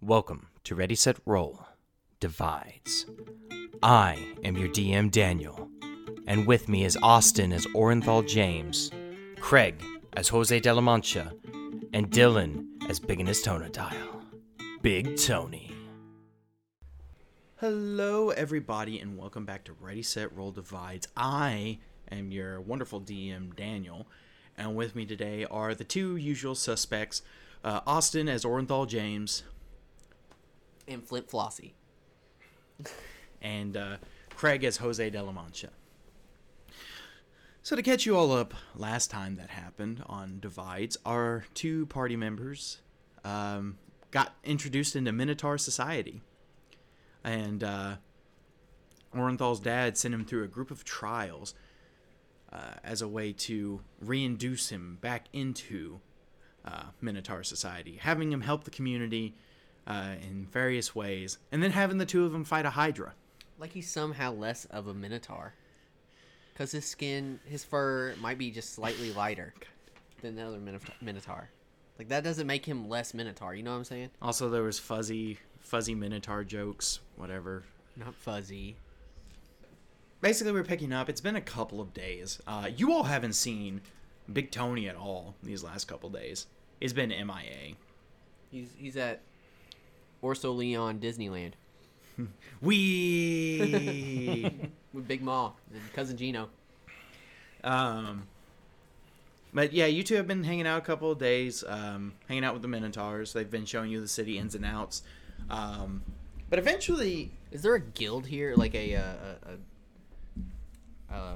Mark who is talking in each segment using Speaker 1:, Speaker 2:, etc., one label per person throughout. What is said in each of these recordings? Speaker 1: Welcome to Ready Set Roll Divides. I am your DM Daniel, and with me is Austin as Orenthal James, Craig as Jose de la Mancha, and Dylan as Big in his Tonadile. Big Tony.
Speaker 2: Hello, everybody, and welcome back to Ready Set Roll Divides. I am your wonderful DM, Daniel, and with me today are the two usual suspects uh, Austin as Orenthal James
Speaker 3: and Flint Flossie.
Speaker 2: and uh, Craig as Jose de la Mancha. So, to catch you all up, last time that happened on Divides, our two party members um, got introduced into Minotaur Society. And uh, Orenthal's dad sent him through a group of trials uh, as a way to reinduce him back into uh, Minotaur Society, having him help the community uh, in various ways, and then having the two of them fight a Hydra.
Speaker 3: Like he's somehow less of a minotaur. Because his skin, his fur might be just slightly lighter than the other minotaur- minotaur. Like that doesn't make him less minotaur, you know what I'm saying?
Speaker 2: Also, there was fuzzy, fuzzy Minotaur jokes, whatever.
Speaker 3: Not fuzzy.
Speaker 2: Basically, we're picking up. It's been a couple of days. Uh, you all haven't seen Big Tony at all these last couple days. He's been MIA.
Speaker 3: He's he's at Orso Leon Disneyland
Speaker 2: We.
Speaker 3: with Big Ma and cousin Gino.
Speaker 2: Um, but yeah, you two have been hanging out a couple of days, um, hanging out with the Minotaurs. They've been showing you the city ins and outs. Um, but eventually,
Speaker 3: Is there a guild here, like a uh, a, a, a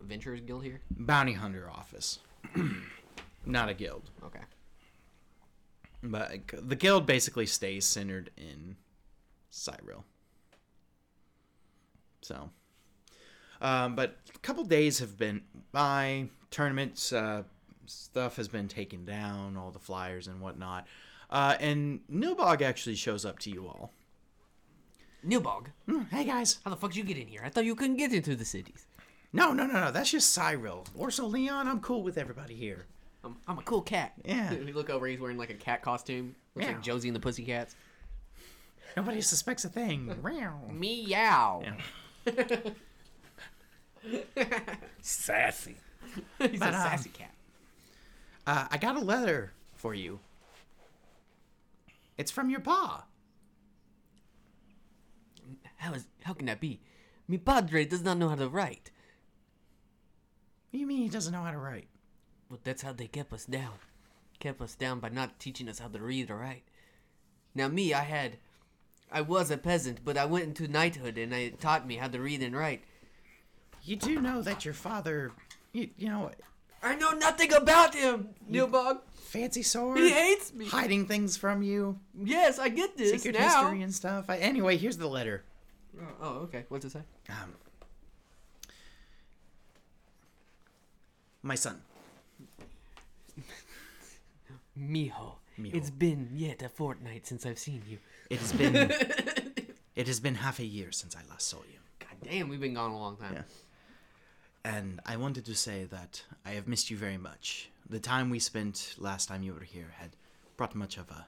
Speaker 3: adventurers guild here?
Speaker 2: bounty hunter office, not a guild,
Speaker 3: Okay.
Speaker 2: but the guild basically stays centered in Cyril. So, um, but a couple days have been by. Tournaments uh, stuff has been taken down, all the flyers and whatnot. Uh, and Nilbog actually shows up to you all.
Speaker 3: Newbog,
Speaker 2: Hmm, Hey guys.
Speaker 3: how the fuck did you get in here? I thought you couldn't get into the cities.
Speaker 2: No, no, no, no. That's just Cyril. Orso Leon, I'm cool with everybody here.
Speaker 3: I'm, I'm a cool cat.
Speaker 2: Yeah.
Speaker 3: We look over, he's wearing like a cat costume. Looks
Speaker 2: Meow.
Speaker 3: like Josie and the Pussycats.
Speaker 2: Nobody suspects a thing. Round.
Speaker 3: Meow.
Speaker 2: Yeah.
Speaker 4: Sassy.
Speaker 3: he's
Speaker 2: But,
Speaker 3: a
Speaker 2: um,
Speaker 3: sassy cat.
Speaker 2: Uh, I got a letter for you. It's from your pa.
Speaker 3: How is how can that be? Mi padre does not know how to write.
Speaker 2: What do you mean he doesn't know how to write?
Speaker 3: But that's how they kept us down. Kept us down by not teaching us how to read or write. Now me, I had I was a peasant, but I went into knighthood and they taught me how to read and write.
Speaker 2: You do know that your father, you, you know,
Speaker 3: I know nothing about him, Nilbog.
Speaker 2: fancy sword,
Speaker 3: He hates me.
Speaker 2: hiding things from you,
Speaker 3: Yes, I get this
Speaker 2: secret
Speaker 3: now.
Speaker 2: history and stuff. I, anyway, here's the letter.
Speaker 3: Oh, oh, okay. What's it say?
Speaker 2: Um, my son.
Speaker 3: Mijo,
Speaker 2: Mijo.
Speaker 3: it's been yet a fortnight since I've seen you.
Speaker 2: It has been, it has been half a year since I last saw you.
Speaker 3: God damn, we've been gone a long time.
Speaker 2: Yeah. And I wanted to say that I have missed you very much. The time we spent last time you were here had brought much of a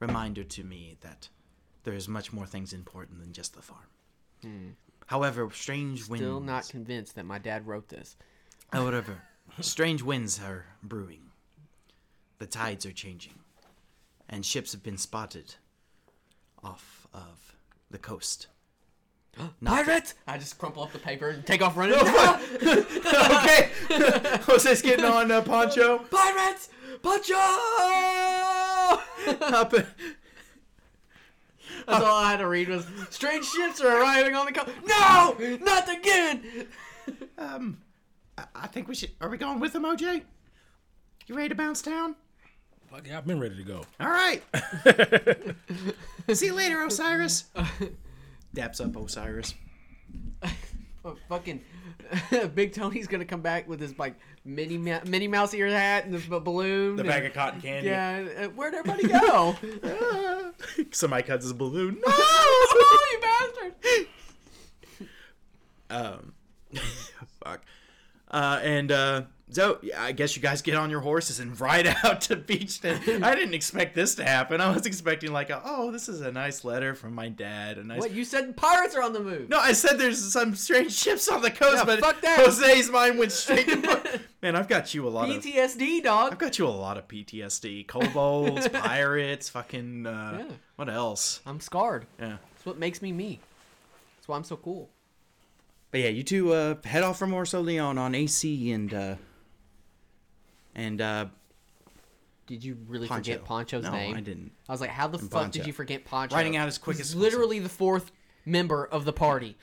Speaker 2: reminder to me that there is much more things important than just the farm. Hmm. However, strange winds.
Speaker 3: Still not convinced that my dad wrote this.
Speaker 2: However, strange winds are brewing. The tides are changing, and ships have been spotted off of the coast.
Speaker 3: Pirates! I just crumple up the paper and take off running.
Speaker 2: okay, Jose's getting on uh, Poncho.
Speaker 3: Pirates! Pancho! That's
Speaker 2: Up,
Speaker 3: all I had to read was strange ships are arriving on the coast. No! Not again!
Speaker 2: Um, I, I think we should. Are we going with them, OJ? You ready to bounce down?
Speaker 4: Fuck yeah, I've been ready to go.
Speaker 2: All right. See you later, Osiris. Daps up, Osiris.
Speaker 3: Oh, fucking Big Tony's gonna come back with his like mini Ma- Minnie Mouse ear hat and the b- balloon. and-
Speaker 4: of cotton candy.
Speaker 3: yeah, and, uh, where'd everybody go?
Speaker 2: Somebody cuts his balloon.
Speaker 3: oh, you bastard!
Speaker 2: Um, fuck. Uh, and uh, so yeah, I guess you guys get on your horses and ride out to Beachton. I didn't expect this to happen. I was expecting like, a, oh, this is a nice letter from my dad. A nice.
Speaker 3: What you said? Pirates are on the move.
Speaker 2: No, I said there's some strange ships on the coast,
Speaker 3: Yeah,
Speaker 2: but
Speaker 3: fuck that.
Speaker 2: Jose's mind went straight to. pi- Man, I've got you a lot of.
Speaker 3: PTSD,
Speaker 2: I've
Speaker 3: dog.
Speaker 2: got you a lot of PTSD. Kobolds, pirates, fucking. Uh,
Speaker 3: Yeah.
Speaker 2: What else?
Speaker 3: I'm scarred.
Speaker 2: Yeah.
Speaker 3: That's what makes me me. That's why I'm so cool.
Speaker 2: But yeah, you two uh, head off from Orso Leon on AC and uh, and uh,
Speaker 3: Did you really
Speaker 2: Poncho.
Speaker 3: forget Poncho's
Speaker 2: No,
Speaker 3: name?
Speaker 2: I didn't.
Speaker 3: I was like, how the fuck
Speaker 2: Poncho.
Speaker 3: did you forget Poncho?
Speaker 2: Writing out as quick
Speaker 3: He's
Speaker 2: as possible.
Speaker 3: literally the fourth member of the party.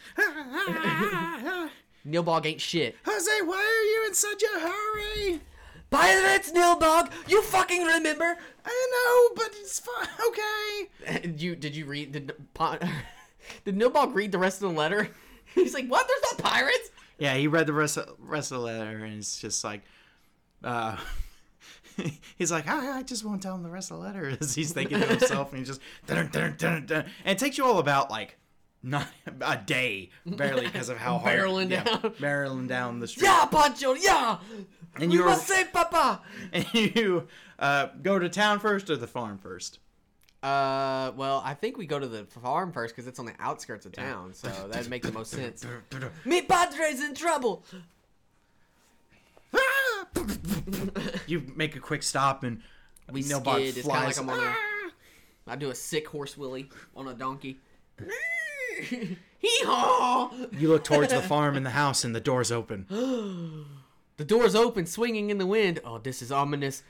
Speaker 3: Nilbog ain't shit.
Speaker 2: Jose, why are you in such a hurry?
Speaker 3: Pirates, Nilbog, you fucking remember?
Speaker 2: I know, but it's fine. Okay.
Speaker 3: you did you read did Pon- did Nilbog read the rest of the letter? He's like, what? There's no pirates.
Speaker 2: Yeah, he read the rest of, rest of the letter, and it's just like, uh, he's like, I, I just won't tell him the rest of the letter. As he's thinking to himself, and he's just, dun, dun, dun, dun. and it takes you all about like not a day, barely, because of how hard
Speaker 3: Barreling
Speaker 2: yeah,
Speaker 3: down.
Speaker 2: barreling down the street.
Speaker 3: Yeah, Pancho, yeah.
Speaker 2: And
Speaker 3: we
Speaker 2: you're-
Speaker 3: must say, Papa.
Speaker 2: And you uh, go to town first or the farm first.
Speaker 3: Uh, well, I think we go to the farm first because it's on the outskirts of town, so that'd make the most sense. Me Padre's in trouble.
Speaker 2: you make a quick stop, and
Speaker 3: We
Speaker 2: Nilbog
Speaker 3: skid. It's kind of like
Speaker 2: flies-
Speaker 3: I'm on a. I do a sick horse willy on a donkey. Hee haw!
Speaker 2: you look towards the farm and the house, and the door's open.
Speaker 3: The door's open, swinging in the wind. Oh, this is ominous.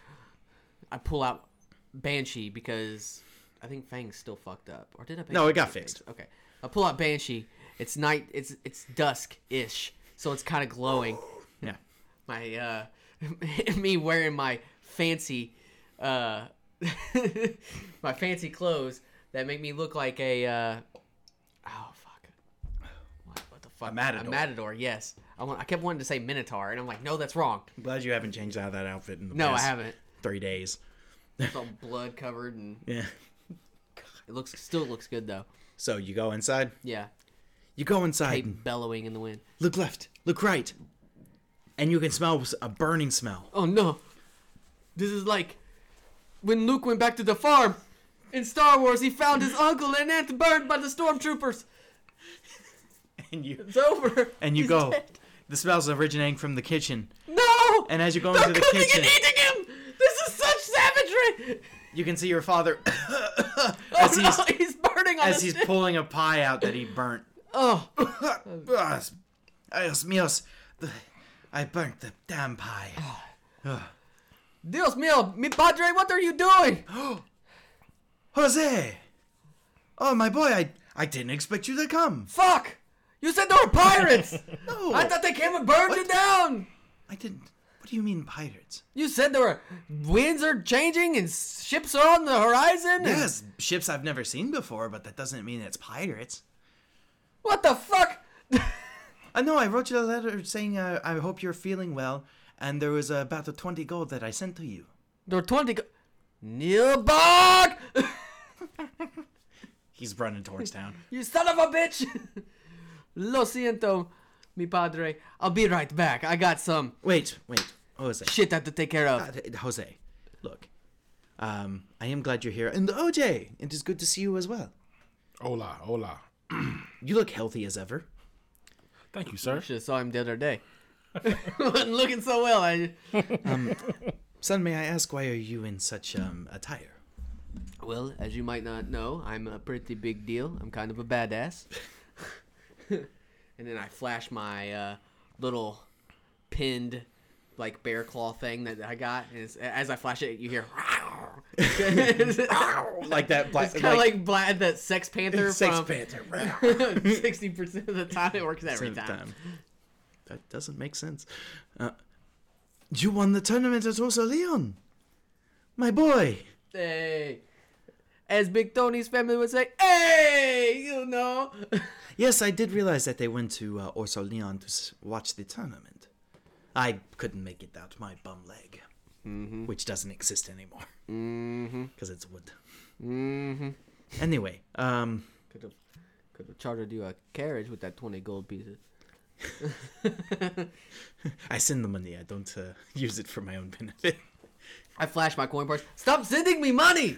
Speaker 3: I pull out Banshee because I think Fang's still fucked up. Or did I?
Speaker 2: No, it got
Speaker 3: Banshee?
Speaker 2: fixed.
Speaker 3: Okay, I pull out Banshee. It's night. It's it's dusk ish, so it's kind of glowing.
Speaker 2: Yeah.
Speaker 3: My uh, me wearing my fancy uh, my fancy clothes that make me look like a uh, oh fuck, what, what the fuck?
Speaker 2: matador.
Speaker 3: A matador. Yes. I want. I kept wanting to say minotaur, and I'm like, no, that's wrong.
Speaker 2: Glad you haven't changed out of that outfit in the
Speaker 3: No,
Speaker 2: past
Speaker 3: I haven't.
Speaker 2: three days.
Speaker 3: It's all blood covered, and
Speaker 2: Yeah.
Speaker 3: it looks still looks good though.
Speaker 2: So you go inside.
Speaker 3: Yeah,
Speaker 2: You go inside.
Speaker 3: hey,
Speaker 2: and
Speaker 3: bellowing in the wind.
Speaker 2: Look left. Look right. And you can smell a burning smell.
Speaker 3: Oh no, this is like when Luke went back to the farm in Star Wars. He found his uncle and aunt burned by the stormtroopers.
Speaker 2: And you
Speaker 3: It's over.
Speaker 2: and you
Speaker 3: He's
Speaker 2: go.
Speaker 3: dead.
Speaker 2: The smell's originating from the kitchen.
Speaker 3: No.
Speaker 2: And as you go
Speaker 3: They're
Speaker 2: into the
Speaker 3: cooking
Speaker 2: kitchen,
Speaker 3: and eating him. This is such savagery.
Speaker 2: you can see your father
Speaker 3: Oh
Speaker 2: as
Speaker 3: no,
Speaker 2: he's
Speaker 3: he's, burning on
Speaker 2: as
Speaker 3: the
Speaker 2: he's
Speaker 3: stick.
Speaker 2: pulling a pie out that he burnt.
Speaker 3: oh,
Speaker 2: Ah, Dios míos. The- I burnt the damn pie.
Speaker 3: Dios mío, mi padre, what are you doing?
Speaker 2: Jose! Oh my boy, I I didn't expect you to come.
Speaker 3: Fuck! You said they were pirates.
Speaker 2: No.
Speaker 3: I thought they came and burned you down.
Speaker 2: I didn't. What do you mean pirates?
Speaker 3: You said there were winds are changing and ships are on the horizon. and-
Speaker 2: Yes, ships I've never seen before, but that doesn't mean it's pirates.
Speaker 3: What the fuck?
Speaker 2: I know I wrote you a letter saying uh, I hope you're feeling well, and there was uh, about a twenty gold that I sent to you.
Speaker 3: There were twenty. Go- Nilbog!
Speaker 2: He's running towards town.
Speaker 3: you son of a bitch! Lo siento, mi padre. I'll be right back. I got some
Speaker 2: Wait, wait, Jose.
Speaker 3: shit I have to take care of.
Speaker 2: Uh, Jose, look. Um, I am glad you're here, and OJ, it is good to see you as well.
Speaker 4: Hola, hola.
Speaker 2: You look healthy as ever.
Speaker 4: Thank you, sir.
Speaker 3: Should have saw him the other day. Wasn't looking so well. I
Speaker 2: Son, may I ask why are you in such um attire?
Speaker 3: well, as you might not know, I'm a pretty big deal. I'm kind of a badass. and then I flash my uh, little pinned like bear claw thing that I got. And it's, as I flash it, you hear.
Speaker 2: Like that black,
Speaker 3: It's kind of like, Vlad the Sex Panther from
Speaker 2: Panther.
Speaker 3: sixty percent of the time it works every time.
Speaker 2: That doesn't make sense. Uh, you won the tournament at Orso Leon. My boy.
Speaker 3: Hey, as Big Tony's family would say, "Hey, you know."
Speaker 2: Yes, I did realize that they went to uh, Orso Leon to s- watch the tournament. I couldn't make it out my bum leg, which doesn't exist anymore because it's wood. Mm-hmm. Anyway, um,
Speaker 3: Could have, could have chartered you a carriage with that twenty gold pieces.
Speaker 2: I send the money. I don't uh, use it for my own benefit.
Speaker 3: I flash my coin purse. Stop sending me money.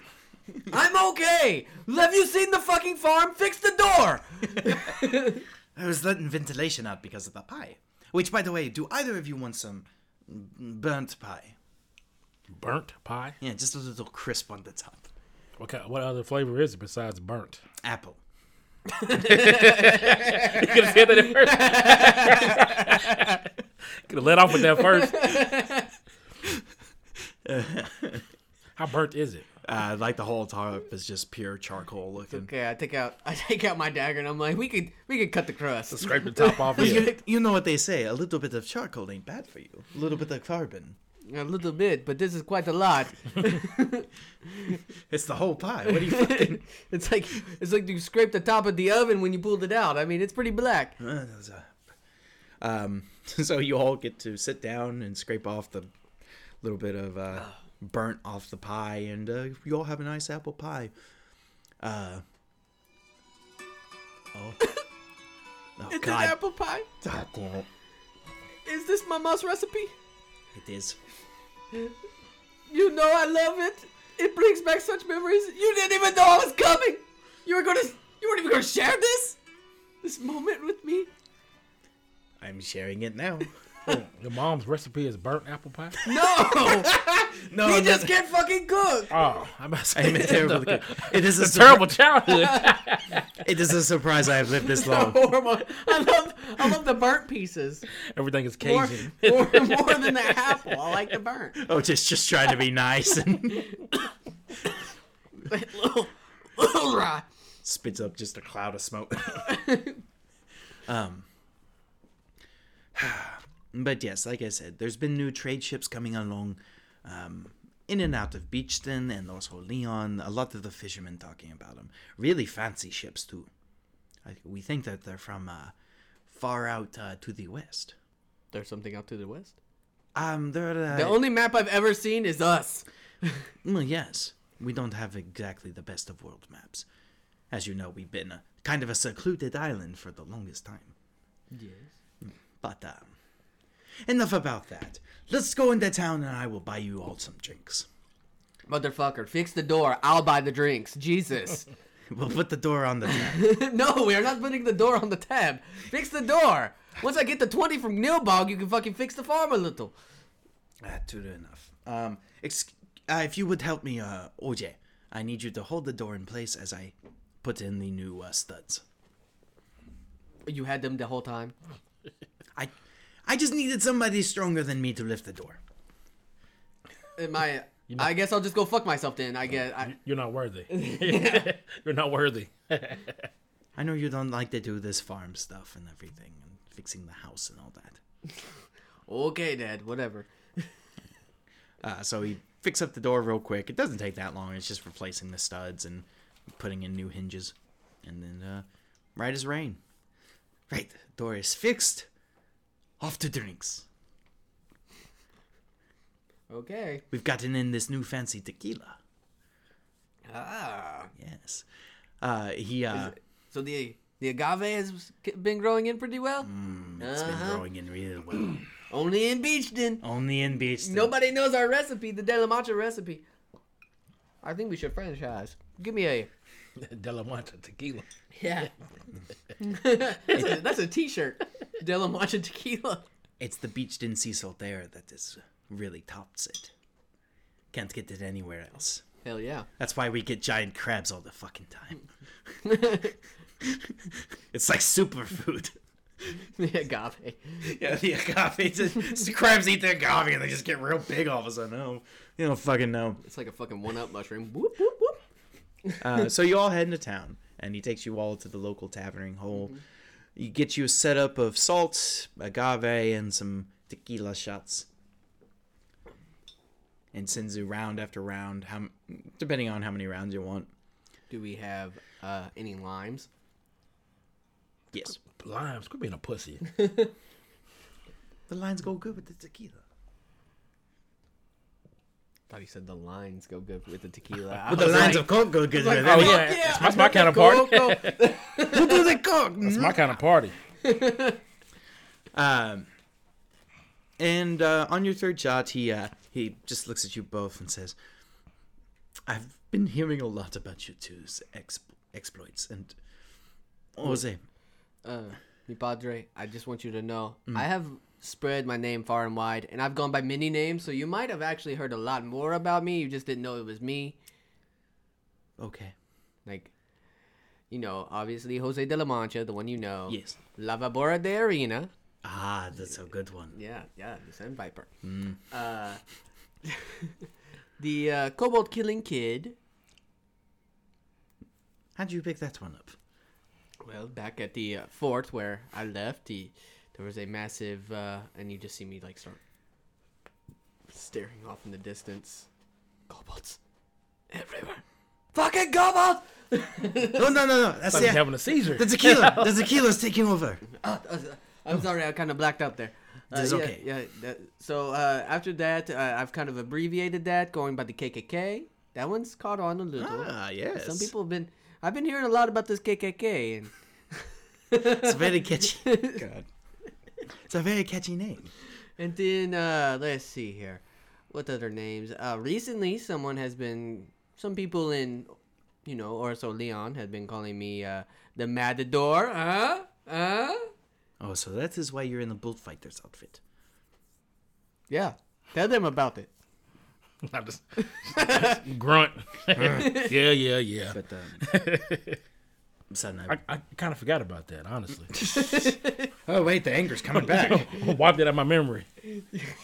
Speaker 3: I'm okay. Have you seen the fucking farm? Fix the door.
Speaker 2: I was letting ventilation out because of the pie. Which, by the way, do either of you want some burnt pie?
Speaker 4: Burnt pie?
Speaker 2: Yeah, just a little crisp on the top.
Speaker 4: What, kind, what other flavor is it besides burnt?
Speaker 2: Apple.
Speaker 4: You could have said that at first. could have let off with that first. How burnt is it?
Speaker 2: Uh, like the whole top is just pure charcoal looking.
Speaker 3: Okay, I take out I take out my dagger and I'm like, we could we could cut the crust.
Speaker 4: Scrape the top off. Yeah.
Speaker 2: You, you know what they say, a little bit of charcoal ain't bad for you. A little bit of carbon.
Speaker 3: A little bit, but this is quite a lot.
Speaker 2: It's the whole pie. What do you fucking...
Speaker 3: it's like it's like you scraped the top of the oven when you pulled it out. I mean, it's pretty black.
Speaker 2: Uh, there's a- Um, so you all get to sit down and scrape off the little bit of uh, burnt off the pie, and uh, you all have a nice apple pie. Uh, oh, oh
Speaker 3: It's
Speaker 2: God.
Speaker 3: an apple pie.
Speaker 2: God damn it!
Speaker 3: Is this my mom's recipe?
Speaker 2: It is.
Speaker 3: You know I love it. It brings back such memories. You didn't even know I was coming. You were gonna you weren't even gonna share this this moment with me.
Speaker 2: I'm sharing it now.
Speaker 4: Your mom's recipe is burnt apple pie?
Speaker 3: No,
Speaker 2: no, no,
Speaker 3: he just can't fucking cook.
Speaker 4: Oh, I'm
Speaker 2: I am a terrible. cook. It is a surpri-
Speaker 4: terrible childhood.
Speaker 2: It is a surprise I have lived this long.
Speaker 3: Horrible. I love I love the burnt pieces.
Speaker 4: Everything is
Speaker 3: More,
Speaker 4: Cajun.
Speaker 3: more, more than the apple. I like the burnt.
Speaker 2: Oh, just just trying to be nice and
Speaker 3: little, little rye.
Speaker 2: spits up just a cloud of smoke. um, but yes, like I said, there's been new trade ships coming along, um, in and out of Beachton and also Leon. A lot of the fishermen talking about them. Really fancy ships too. I, we think that they're from uh, far out uh, to the west.
Speaker 3: There's something out to the west.
Speaker 2: Um, they're uh,
Speaker 3: The only map I've ever seen is us.
Speaker 2: Well, yes. We don't have exactly the best of world maps. As you know, we've been a, kind of a secluded island for the longest time.
Speaker 3: Yes.
Speaker 2: But, um, enough about that. Let's go into town and I will buy you all some drinks.
Speaker 3: Motherfucker, fix the door. I'll buy the drinks. Jesus.
Speaker 2: We'll put the door on the tab.
Speaker 3: no, we are not putting the door on the tab. Fix the door. Once I get the 20 from Nilbog, you can fucking fix the farm a little.
Speaker 2: Ah, true enough. Um, ex- uh, if you would help me, uh, OJ, I need you to hold the door in place as I put in the new uh, studs.
Speaker 3: You had them the whole time.
Speaker 2: I, I just needed somebody stronger than me to lift the door.
Speaker 3: Am I? I guess I'll just go fuck myself then. I guess. I,
Speaker 4: You're not worthy. You're not worthy.
Speaker 2: I know you don't like to do this farm stuff and everything and fixing the house and all that.
Speaker 3: okay, Dad. Whatever.
Speaker 2: Uh, so he fix up the door real quick. It doesn't take that long. It's just replacing the studs and putting in new hinges, and then uh, right as rain. Right, door is fixed. Off to drinks.
Speaker 3: Okay.
Speaker 2: We've gotten in this new fancy tequila.
Speaker 3: Ah.
Speaker 2: Yes. Uh, he uh,
Speaker 3: So the the agave has been growing in pretty well.
Speaker 2: Mm,
Speaker 3: Uh-huh.
Speaker 2: it's been growing in real well.
Speaker 3: Only in Beachton.
Speaker 2: Only in beach.
Speaker 3: Nobody knows our recipe, the De La Mancha recipe. I think we should franchise. Give me a.
Speaker 4: Delamonte tequila.
Speaker 3: Yeah. that's, a, that's a t-shirt. De La Mancha tequila.
Speaker 2: It's the beached in sea salt air that is really tops it. Can't get it anywhere else.
Speaker 3: Hell yeah.
Speaker 2: That's why we get giant crabs all the fucking time. it's like superfood.
Speaker 3: The agave.
Speaker 2: Yeah, the agave. It's it's- crabs eat the agave and they just get real big all of a sudden. Oh, you don't fucking know.
Speaker 3: It's like a fucking one-up mushroom. Whoop, whoop, whoop.
Speaker 2: Uh, so you all head into town, and he takes you all to the local taverning hole. You get you a setup of salt, agave, and some tequila shots. And sends you round after round, how m- depending on how many rounds you want.
Speaker 3: Do we have uh, any limes?
Speaker 2: Yes,
Speaker 4: Limes. Quit being a pussy.
Speaker 2: the lines go good with the tequila.
Speaker 3: thought you said the lines go good with the tequila.
Speaker 2: But the lines of coke go good with it.
Speaker 4: oh, yeah. That's my- my kind of
Speaker 3: Go, go.
Speaker 2: Who do they cook?
Speaker 4: It's my kind of party.
Speaker 2: Um, and uh, on your third shot, he uh, he just looks at you both and says, "I've been hearing a lot about you two's ex- exploits, and Jose,
Speaker 3: uh, mi padre, I just want you to know I have spread my name far and wide, and I've gone by many names, so you might have actually heard a lot more about me. You just didn't know it was me.
Speaker 2: okay,
Speaker 3: Like, you know, obviously Jose de la Mancha, the one you know.
Speaker 2: Yes.
Speaker 3: Lava Bora de Arena.
Speaker 2: ah, that's a good one.
Speaker 3: Yeah, yeah, the Sand Viper. Uh, the uh, Cobalt Killing Kid.
Speaker 2: How'd you pick that one up?
Speaker 3: Well, back at the uh, fort where I left, he, there was a massive, uh, and you just see me like start staring off in the distance. Goblins everywhere. Fucking goblins!
Speaker 2: No, Oh, no, no, no, that's
Speaker 4: Like he's
Speaker 2: the,
Speaker 4: having a seizure.
Speaker 2: the tequila. The tequila's taking over.
Speaker 3: I'm sorry, I kind of blacked out there. Uh,
Speaker 2: That's
Speaker 3: yeah,
Speaker 2: okay.
Speaker 3: Yeah. that- so uh, after that, uh, I've kind of abbreviated that, going by the KKK. That one's caught on a little.
Speaker 2: Ah, yes.
Speaker 3: Some people have been. I've been hearing a lot about this KKK, and
Speaker 2: It's very catchy. God, it's a very catchy name.
Speaker 3: and then uh, let's see here, what other names? Uh, recently, someone has been. Some people in, you know, or so Leon had been calling me uh, the Matador. Huh? Huh?
Speaker 2: Oh, so that is why you're in the bullfighter's outfit.
Speaker 3: Yeah. Tell them about it.
Speaker 4: I just, grunt. yeah, yeah, yeah.
Speaker 2: But um, suddenly,
Speaker 4: I, I kind of forgot about that, honestly.
Speaker 2: oh wait, the anger's coming back.
Speaker 4: Wiped it out of my memory.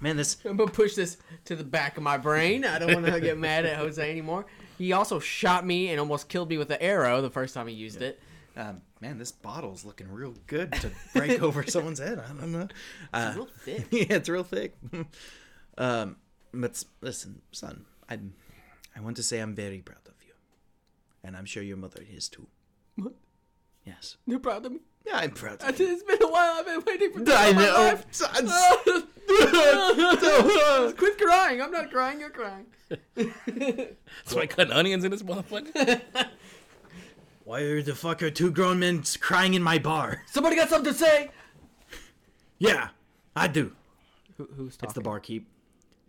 Speaker 2: Man, this
Speaker 3: I'm gonna push this to the back of my brain. I don't want to get mad at Jose anymore. He also shot me and almost killed me with an arrow the first time he used it.
Speaker 2: um, man, this bottle's looking real good to break over someone's head. I don't know. Uh,
Speaker 3: Real thick.
Speaker 2: yeah, it's real thick. um, but s- listen, son, I I want to say I'm very proud of you, and I'm sure your mother is too.
Speaker 3: What?
Speaker 2: Yes,
Speaker 3: You're proud of me?
Speaker 2: yeah, I'm proud.
Speaker 3: I
Speaker 2: Of you.
Speaker 3: did- It's been a while. I've been waiting for this
Speaker 2: I
Speaker 3: all my
Speaker 2: know.
Speaker 3: life.
Speaker 2: Son,
Speaker 3: Just Quit crying. I'm not crying. You're crying.
Speaker 4: That's why cutting onions in this motherfucker.
Speaker 2: Why are the fuck are two grown men s- crying in my bar?
Speaker 3: Somebody got something to say.
Speaker 2: Yeah, I do.
Speaker 3: Who, who's talking?
Speaker 2: It's the barkeep.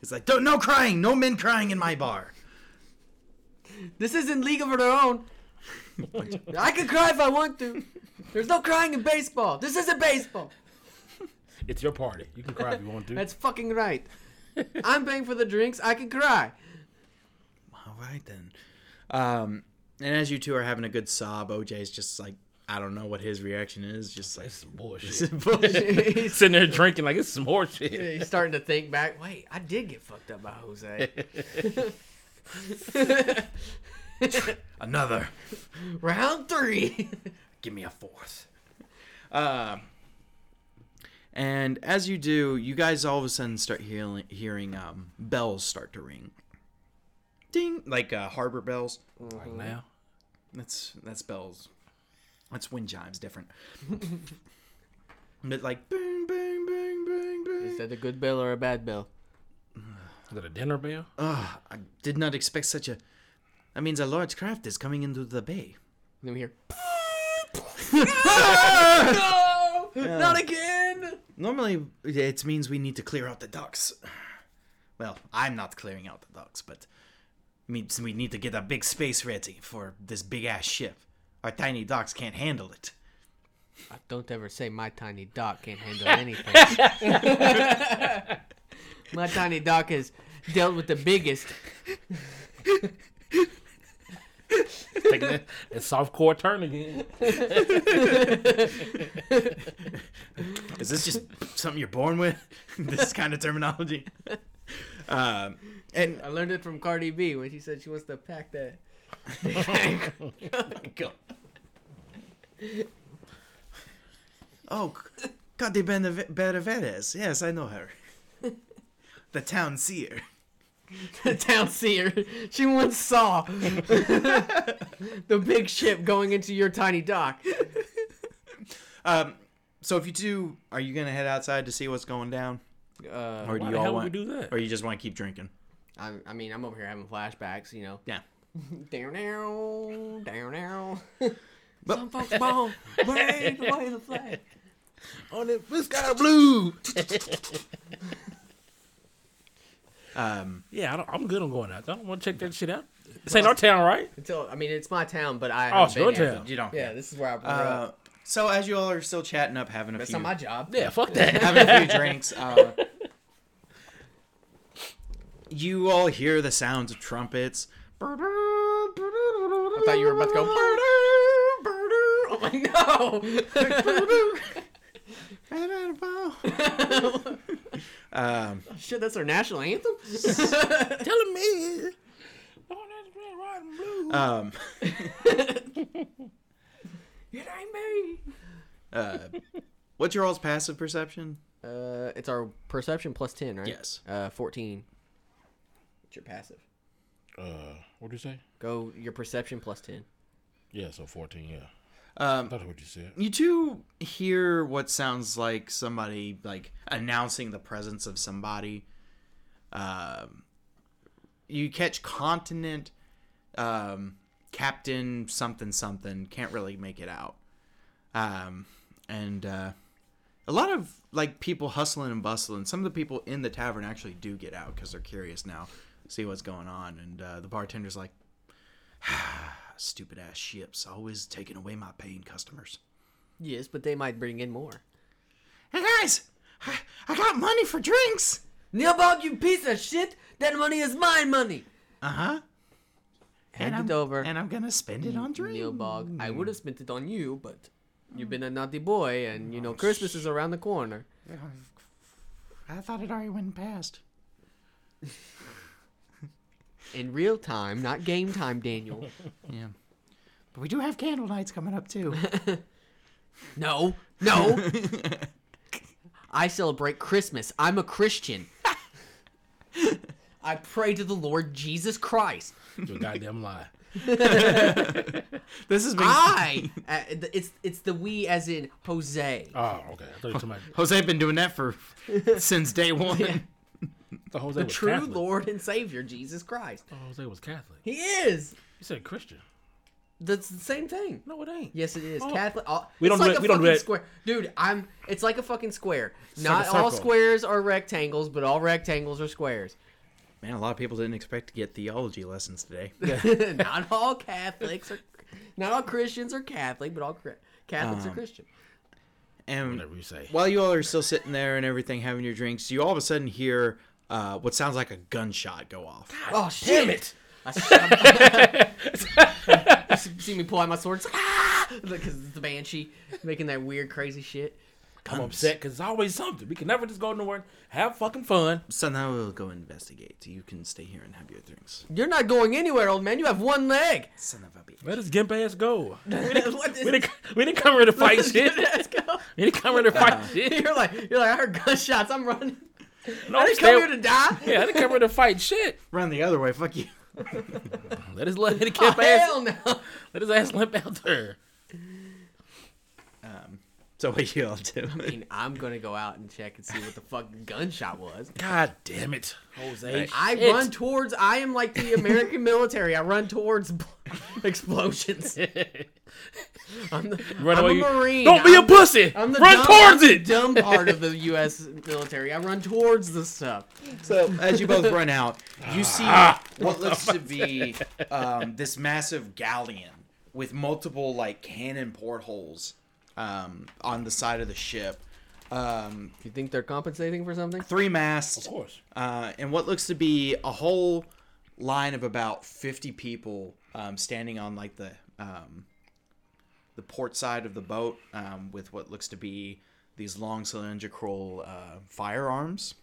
Speaker 2: It's like, don't, no crying, no men crying in my bar.
Speaker 3: This isn't League of Their Own. I can cry if I want to. There's no crying in baseball. This isn't baseball.
Speaker 4: it's your party. You can cry if you want to.
Speaker 3: That's fucking right. I'm paying for the drinks. I can cry.
Speaker 2: All right then. Um, and as you two are having a good sob, OJ's just like, I don't know what his reaction is. Just like,
Speaker 4: It's some bullshit.
Speaker 3: He's
Speaker 4: Sitting there drinking like it's some more shit.
Speaker 3: He's starting to think back. Wait, I did get fucked up by Jose,
Speaker 2: another.
Speaker 3: round three.
Speaker 2: Give me a fourth. Um, and as you do, you guys all of a sudden start hearing, hearing um, bells start to ring. Ding, like uh, harbor bells.
Speaker 4: Like now.
Speaker 2: That's that's bells. That's wind chimes, different. but like bang, bang, bang, bang, bang.
Speaker 3: Is that a good bill or a bad bill?
Speaker 4: Is it a dinner bell?
Speaker 2: Ugh, I did not expect such a. That means a large craft is coming into the bay.
Speaker 3: Let me hear. no, not again.
Speaker 2: Normally, it means we need to clear out the docks. Well, I'm not clearing out the docks, but means we need to get a big space ready for this big ass ship. Our tiny docks can't handle it.
Speaker 3: I don't ever say my tiny doc can't handle anything. my tiny doc has dealt with the biggest.
Speaker 4: Taking that, that soft core turn again.
Speaker 2: Is this just something you're born with? this kind of terminology. Um, and
Speaker 3: I learned it from Cardi B when she said she wants to pack that.
Speaker 2: Oh, C- Conde Beneve- Benavides. Yes, I know her. the town seer.
Speaker 3: town seer. She once saw the big ship going into your tiny dock.
Speaker 2: Um, so if you two, are you gonna head outside to see what's going down,
Speaker 3: Uh,
Speaker 2: or do
Speaker 4: Why
Speaker 2: you
Speaker 4: the
Speaker 2: all
Speaker 4: hell would
Speaker 2: want,
Speaker 4: we do that?
Speaker 2: or you just want to keep drinking?
Speaker 3: I, I mean, I'm over here having flashbacks, you know.
Speaker 2: Yeah.
Speaker 3: Down now, down now. Some folks won't wave, wave the flag.
Speaker 4: on it, blue sky blue.
Speaker 2: Um,
Speaker 4: yeah, I don't, I'm good on going out. I don't want to check that shit out. This ain't our town, right?
Speaker 3: Until I mean, it's my town, but I. haven't
Speaker 4: Oh, it's
Speaker 3: been
Speaker 4: your
Speaker 3: here.
Speaker 4: town.
Speaker 2: you don't.
Speaker 3: Yeah, this is where I grew
Speaker 2: Uh,
Speaker 3: up.
Speaker 2: so as you all are still chatting up, having a
Speaker 3: That's
Speaker 2: few,
Speaker 3: not my job.
Speaker 4: Yeah, fuck that.
Speaker 2: having a few drinks, uh, you all hear the sounds of trumpets.
Speaker 3: I thought you were about to go. I'm like, no.
Speaker 2: Um,
Speaker 3: Shit, that's our national anthem.
Speaker 4: Telling me. Oh, that's red, white, and blue.
Speaker 2: um,
Speaker 3: Um. it ain't me.
Speaker 2: uh, what's your all's passive perception?
Speaker 3: Uh, it's our perception plus ten, right?
Speaker 2: Yes.
Speaker 3: Uh, fourteen. It's your passive.
Speaker 4: Uh, what do you say?
Speaker 3: Go your perception plus ten.
Speaker 4: Yeah, so 14, yeah.
Speaker 2: Um,
Speaker 4: That's what you said.
Speaker 2: you two hear what sounds like somebody like announcing the presence of somebody. Um, you catch continent, um, captain something something. Can't really make it out. Um, and uh, a lot of like people hustling and bustling. Some of the people in the tavern actually do get out because they're curious now, see what's going on. And uh, the bartender's like, "Stupid ass ships, always taking away my paying customers."
Speaker 3: Yes, but they might bring in more.
Speaker 2: Hey guys, I, I got money for drinks.
Speaker 3: Nilbog, you piece of shit! That money is my money.
Speaker 2: Uh
Speaker 4: Uh-huh.
Speaker 2: huh.
Speaker 3: Hand it over.
Speaker 2: And I'm gonna spend it on drinks.
Speaker 3: Nilbog,
Speaker 4: Hmm.
Speaker 3: I would have spent it on you, but you've been a naughty boy, and you know
Speaker 4: Oh,
Speaker 3: Christmas is around the corner.
Speaker 2: I thought it already went past.
Speaker 3: In real time, not game time, Daniel.
Speaker 2: Yeah. But we do have candle nights coming up too.
Speaker 3: No, no. I celebrate Christmas. I'm a Christian. I pray to the Lord Jesus Christ.
Speaker 4: You're a goddamn lie.
Speaker 2: this has been
Speaker 3: I. Uh, it's it's the we as in Jose.
Speaker 4: Oh, okay. I thought you were talking about
Speaker 2: Jose been doing that for since day one.
Speaker 4: the Jose
Speaker 3: The
Speaker 4: was
Speaker 3: true
Speaker 4: Catholic.
Speaker 3: Lord and Savior Jesus Christ.
Speaker 4: I thought Oh, Jose was Catholic.
Speaker 3: He is.
Speaker 4: You said Christian.
Speaker 3: That's the same thing.
Speaker 4: No, it ain't.
Speaker 3: Yes, it is.
Speaker 4: Oh.
Speaker 3: Catholic. All,
Speaker 4: We
Speaker 3: we
Speaker 4: don't
Speaker 3: don't.
Speaker 4: do
Speaker 3: Like
Speaker 4: it-
Speaker 3: a
Speaker 4: we don't do
Speaker 3: fucking
Speaker 4: it.
Speaker 3: Square, dude. I'm. It's like a fucking square.
Speaker 4: like
Speaker 3: Not
Speaker 4: a
Speaker 3: all
Speaker 4: circle.
Speaker 3: squares are rectangles, but all rectangles are squares.
Speaker 2: Man, a lot of people didn't expect to get theology lessons today.
Speaker 3: not all Catholics are. Not all Christians are Catholic, but all Chri- Catholics are
Speaker 4: Um,
Speaker 3: Christian.
Speaker 2: And
Speaker 4: Whatever you say.
Speaker 2: while you all are still sitting there and everything, having your drinks, you all of a sudden hear uh, what sounds like a gunshot go off.
Speaker 3: Oh
Speaker 4: Damn
Speaker 3: shit!
Speaker 4: it.
Speaker 3: You see me pull out my sword. It's like, ah, because it's the banshee making that weird, crazy shit.
Speaker 4: I'm upset because it's always something. We can never just go nowhere and have fucking fun.
Speaker 2: So now we'll go investigate. You can stay here and have your drinks.
Speaker 3: You're not going anywhere, old man. You have one leg.
Speaker 2: Son of a bitch.
Speaker 4: Let us gimp ass go.
Speaker 3: What is-
Speaker 4: We didn't, we didn't come here to fight shit.
Speaker 3: Let's go.
Speaker 4: We didn't come here to fight shit.
Speaker 3: You're like, you're like, I heard gunshots. I'm running.
Speaker 4: No,
Speaker 3: I didn't
Speaker 4: stay-
Speaker 3: come here to die.
Speaker 4: Yeah, I didn't come here to fight shit.
Speaker 2: Run the other way. Fuck you.
Speaker 4: Let us let it
Speaker 3: Oh,
Speaker 4: gimp ass.
Speaker 3: hell no.
Speaker 4: Let his ass limp out there.
Speaker 2: So what you all do?
Speaker 3: I mean, I'm gonna go out and check and see what the fuck the gunshot was.
Speaker 4: God damn it, Jose.
Speaker 3: I
Speaker 4: Shit.
Speaker 3: run towards. I am like the American military. I run towards b- explosions. I'm the,
Speaker 4: Run
Speaker 3: I'm
Speaker 4: away,
Speaker 3: a
Speaker 4: you-
Speaker 3: marine.
Speaker 4: Don't be a
Speaker 3: I'm-
Speaker 4: pussy.
Speaker 3: I'm the
Speaker 4: Run
Speaker 3: dumb,
Speaker 4: towards
Speaker 3: I'm the
Speaker 4: it.
Speaker 3: dumb part of the U.S. military. I run towards the stuff.
Speaker 2: So as you both run out, you see what looks to be um, this massive galleon with multiple like cannon portholes um, on the side of the ship. Um,
Speaker 3: You think they're compensating for something?
Speaker 2: three masts,
Speaker 4: Of course.
Speaker 2: uh, and what looks to be a whole line of about fifty people um, standing on like the um, the port side of the boat um, with what looks to be these long cylindrical uh, firearms.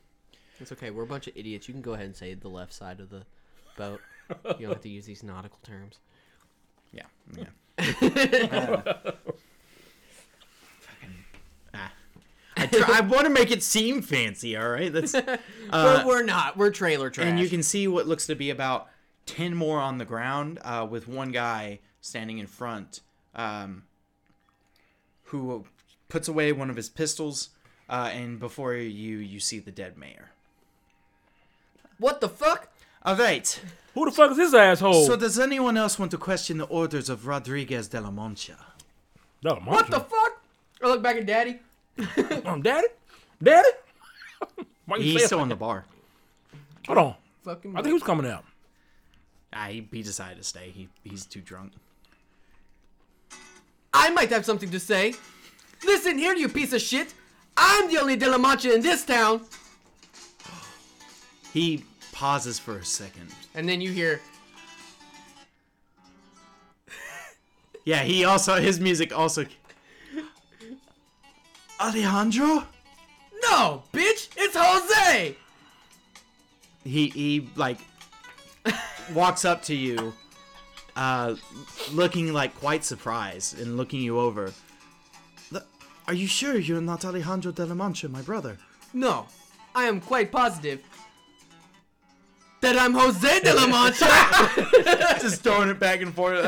Speaker 3: It's okay. We're a bunch of idiots. You can go ahead and say the left side of the boat. You don't have to use these nautical terms.
Speaker 2: Yeah. Yeah. Fucking. Ah. I, try, I want to make it seem fancy, all right? That's
Speaker 3: we're, we're not. We're trailer trash.
Speaker 2: Uh, and you can see what looks to be about 10 more on the ground uh, with one guy standing in front um, who puts away one of his pistols uh, and before you you see the dead mayor.
Speaker 3: What the fuck?
Speaker 2: All right.
Speaker 4: Who the fuck is this asshole?
Speaker 2: So does anyone else want to question the orders of Rodriguez de la Mancha?
Speaker 4: no,
Speaker 3: What the fuck? I look back at Daddy.
Speaker 4: Um, daddy, daddy. Why you
Speaker 2: He's
Speaker 4: say it
Speaker 2: still
Speaker 4: like
Speaker 2: on the
Speaker 4: that?
Speaker 2: bar.
Speaker 4: Hold on.
Speaker 3: Fucking
Speaker 4: I think he was coming out.
Speaker 2: Ah, he, he decided to stay. He he's too drunk.
Speaker 3: I might have something to say. Listen here, you piece of shit. I'm the only De La Mancha in this town.
Speaker 2: He pauses for a second.
Speaker 3: And then you hear,
Speaker 2: Yeah, he also his music also. Alejandro.
Speaker 3: No, bitch, it's Jose.
Speaker 2: he he like walks up to you uh looking like quite surprised and looking you over "Th- are you sure you're not alejandro de la mancha my brother
Speaker 3: No, I am quite positive that I'm Jose De La Mancha.
Speaker 2: just throwing it back and forth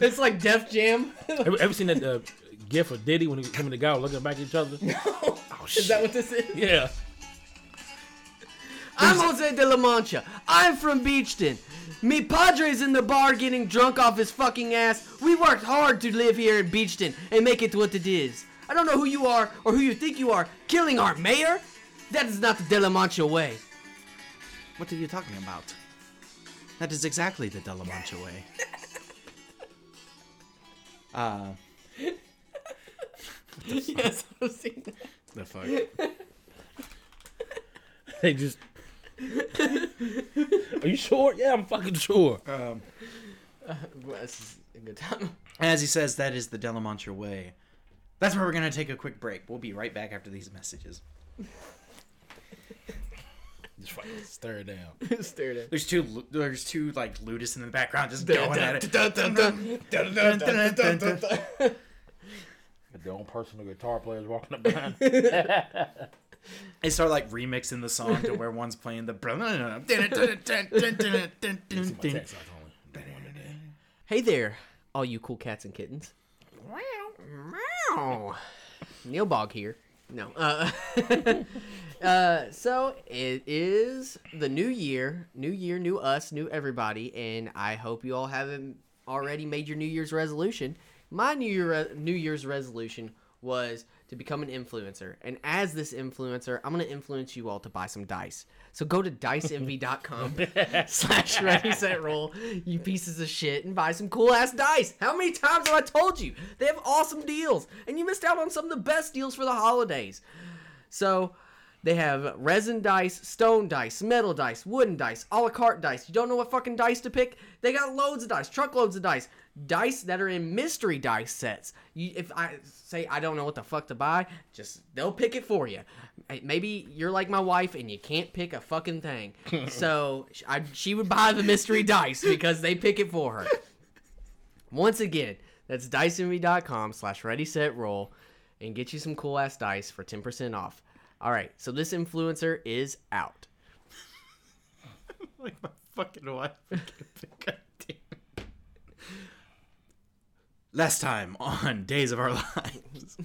Speaker 3: it's like Def Jam.
Speaker 4: Have you ever seen that uh, gif of Diddy when he, him and the guy were looking back at each other? Oh,
Speaker 3: Is that what this is?
Speaker 4: Yeah.
Speaker 3: I'm Jose de la Mancha. I'm from Beachton. Me Padre's in the bar getting drunk off his fucking ass. We worked hard to live here in Beachton and make it what it is. I don't know who you are or who you think you are killing our mayor. That is not the de la Mancha way.
Speaker 2: what are you talking about that is exactly the de la mancha way
Speaker 3: Yes, I've seen that.
Speaker 2: the fuck
Speaker 4: They just. Are you sure? Yeah, I'm fucking sure.
Speaker 3: this is a good time.
Speaker 2: as he says that is the de la mancha way that's where we're gonna take a quick break we'll be right back after these messages
Speaker 4: Just fucking stare it down.
Speaker 3: Stared at.
Speaker 2: there's two lu- there's two like ludists in the background just going at it
Speaker 3: it.
Speaker 4: Their own personal guitar players walking up behind.
Speaker 2: They start like remixing the song to where one's playing the.
Speaker 3: Hey there, all you cool cats and kittens. Meow. Neil Bog here. No. Uh, uh, so it is the new year, new year, new us, new everybody, and I hope you all haven't already made your New Year's resolution. My New Year re- New Year's resolution was to become an influencer, and as this influencer, I'm gonna influence you all to buy some dice. So go to diceenvy.com slash ready set roll, you pieces of shit, and buy some cool ass dice. How many times have I told you? They have awesome deals, and you missed out on some of the best deals for the holidays. So they have resin dice, stone dice, metal dice, wooden dice, a la carte dice. You don't know what fucking dice to pick? They got loads of dice, truckloads of dice, dice that are in mystery dice sets. You, if I say I don't know what the fuck to buy, just they'll pick it for you. Hey, Maybe you're like my wife and you can't pick a fucking thing. so sh- I, she would buy the mystery dice because they pick it for her. Once again, that's diceenvy.com slash ready set roll and get you some cool ass dice for 10% off. All right, so this influencer is out.
Speaker 2: Like my fucking wife. God damn it. Last time on Days of Our Lives,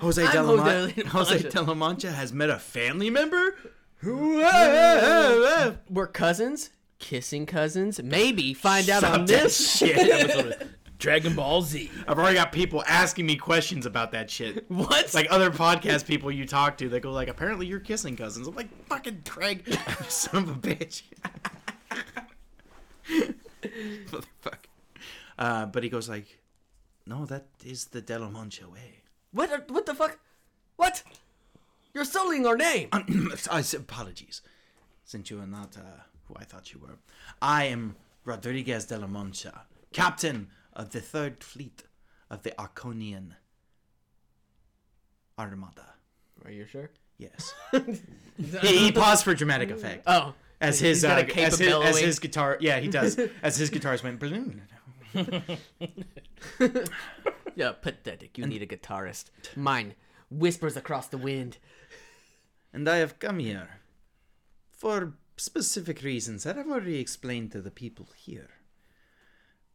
Speaker 2: Jose
Speaker 3: I'm
Speaker 2: De La Man-
Speaker 3: Jose
Speaker 2: Jose
Speaker 3: De La Mancha.
Speaker 2: De La Mancha has met a family member.
Speaker 3: We're cousins, kissing cousins. Maybe find out
Speaker 2: Stop
Speaker 3: on
Speaker 2: that
Speaker 3: this.
Speaker 2: shit.
Speaker 4: Dragon Ball Z.
Speaker 2: I've already got people asking me questions about that shit.
Speaker 3: What?
Speaker 2: It's like other podcast people you talk to that go like, apparently you're kissing cousins. I'm like, fucking Craig, you son of a bitch. Motherfucker. Uh, but he goes like, no, that is the eh?" De La Mancha way.
Speaker 3: what? are- What the fuck? What? You're sullying our name.
Speaker 2: I s- apologies, since you are not uh, who I thought you were. I am Rodriguez de la Mancha, captain of the Third Fleet of the Arconian Armada.
Speaker 3: Are you sure?
Speaker 2: Yes. he, he paused for dramatic effect.
Speaker 3: Oh,
Speaker 2: as his,
Speaker 3: he's got
Speaker 2: uh,
Speaker 3: a cape
Speaker 2: as
Speaker 3: of
Speaker 2: his as
Speaker 3: billowing.
Speaker 2: his guitar yeah he does as his guitars went balloon
Speaker 3: yeah, pathetic. You need a guitarist. Mine whispers across the wind.
Speaker 2: and I have come here for specific reasons that I've already explained to the people here.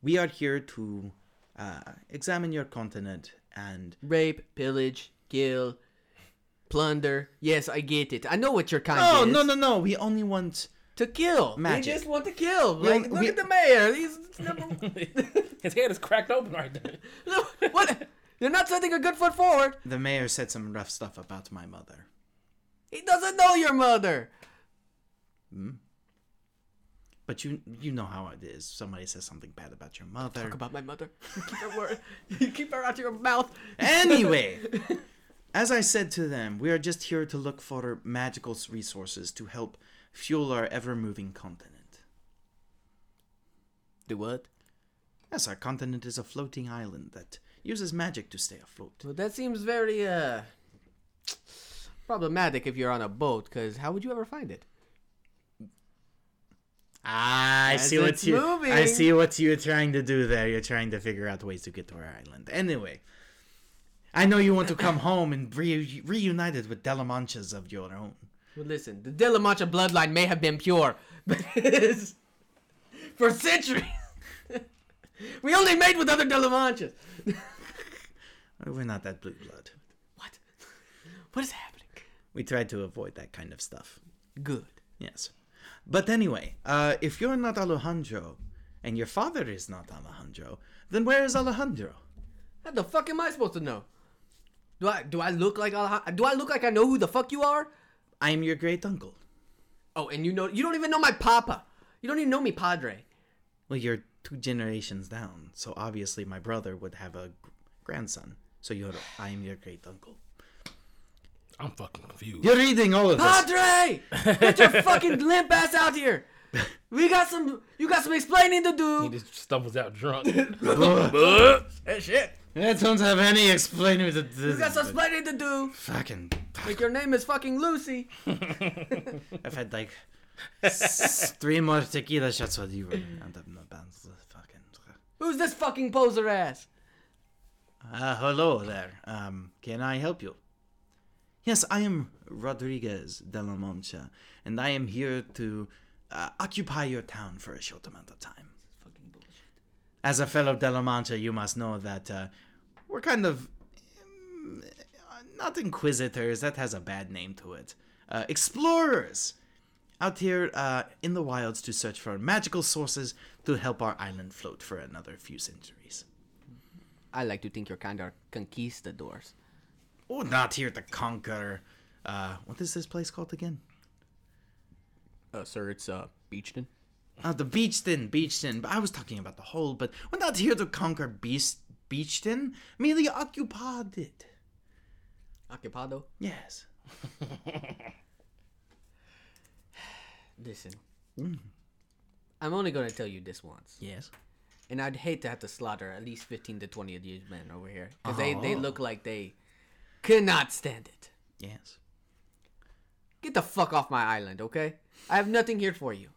Speaker 2: We are here to uh, examine your continent and
Speaker 3: rape, pillage, kill, plunder. Yes, I get it. I know what your kind
Speaker 2: no
Speaker 3: is.
Speaker 2: no no no we only want
Speaker 3: To kill.
Speaker 2: Magic.
Speaker 3: We just want to kill. Like,
Speaker 2: only-
Speaker 3: look
Speaker 2: we-
Speaker 3: at the mayor. He's number
Speaker 4: His head is cracked open right there.
Speaker 3: no, what? You're not setting a good foot forward.
Speaker 2: The mayor said some rough stuff about my mother.
Speaker 3: He doesn't know your mother.
Speaker 2: But you you know how it is. Somebody says something bad about your mother.
Speaker 3: Talk about my mother. Keep her, word. Keep her out of your mouth.
Speaker 2: Anyway, as I said to them, we are just here to look for magical s- resources to help fuel our ever moving continent.
Speaker 3: Do what?
Speaker 2: Yes, our continent is a floating island that uses magic to stay afloat.
Speaker 3: Well, that seems very uh problematic if you're on a boat, because how would you ever find it?
Speaker 2: Ah, I
Speaker 3: As
Speaker 2: see what
Speaker 3: it's
Speaker 2: you. I
Speaker 3: moving.
Speaker 2: see what you're trying to do there. You're trying to figure out ways to get to our island. Anyway, I know you want to come home and re- reunited with Delamanchas of your own.
Speaker 3: Well, listen, the De La Mancha bloodline may have been pure, but it's- for centuries, we only mate with other De La Manchas.
Speaker 2: We're not that blue blood.
Speaker 3: What? What is happening?
Speaker 2: We try to avoid that kind of stuff.
Speaker 3: Good.
Speaker 2: Yes. But anyway, uh, if you're not Alejandro, and your father is not Alejandro, then where is Alejandro?
Speaker 3: How the fuck am I supposed to know? Do I do I look like Alej- do I look like I know who the fuck you are?
Speaker 2: I am your great uncle.
Speaker 3: Oh, and you know you don't even know my papa. You don't even know me, Padre.
Speaker 2: Well, you're two generations down, so obviously my brother would have a gr- grandson. So you're, I am your great uncle.
Speaker 4: I'm fucking confused.
Speaker 2: You're reading all of this.
Speaker 3: Padre, get your fucking limp ass out here. We got some. You got some explaining to
Speaker 4: He
Speaker 3: do.
Speaker 4: just stumbles out drunk.
Speaker 3: Hey, shit.
Speaker 2: I don't have any explaining to this.
Speaker 3: You got some explaining to do.
Speaker 2: Fucking.
Speaker 3: Like your name is fucking Lucy.
Speaker 2: I've had like s- three more tequila shots with you. And I'm not bound to fucking.
Speaker 3: Who's this fucking poser ass?
Speaker 2: Uh, hello there. Um, can I help you? Yes, I am Rodriguez de la Mancha, and I am here to uh, occupy your town for a short amount of time. As a fellow de la Mancha, you must know that uh, we're kind of mm, uh, not inquisitors. That has a bad name to it. Uh, explorers out here uh, in the wilds to search for magical sources to help our island float for another few centuries.
Speaker 3: I like to think you're kind of conquistadors.
Speaker 2: Oh, not here to conquer. Uh, what is this place called again?
Speaker 3: Uh, sir, it's uh, Beachton.
Speaker 2: Uh, the Beachton, Beachton. But I was talking about the whole. But we're not here to conquer Beast Beachton. Merely occupied it.
Speaker 3: Occupado.
Speaker 2: Yes.
Speaker 3: Listen, I'm only gonna tell you this once,
Speaker 2: Yes.
Speaker 3: and I'd hate to have to slaughter at least 15 to 20 of these men over here because they they look like they cannot stand it.
Speaker 2: Yes.
Speaker 3: Get the fuck off my island, okay? I have nothing here for you.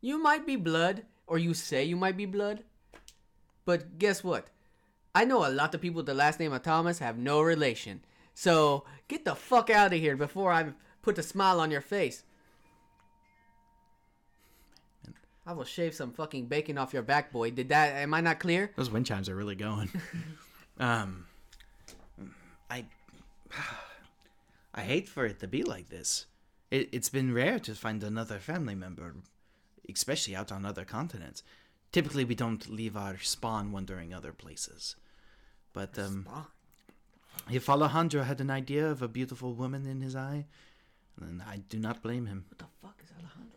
Speaker 3: You might be blood, or you say you might be blood, but guess what? I know a lot of people with the last name of Thomas have no relation. So get the fuck out of here before I put a smile on your face. I will shave some fucking bacon off your back, boy. Did that? Am I not clear?
Speaker 2: Those wind chimes are really going. um, I, I hate for it to be like this. It, it's been rare to find another family member, especially out on other continents. Typically, we don't leave our spawn wandering other places. But um, if Alejandro had an idea of a beautiful woman in his eye, then I do not blame him.
Speaker 3: What the fuck is Alejandro?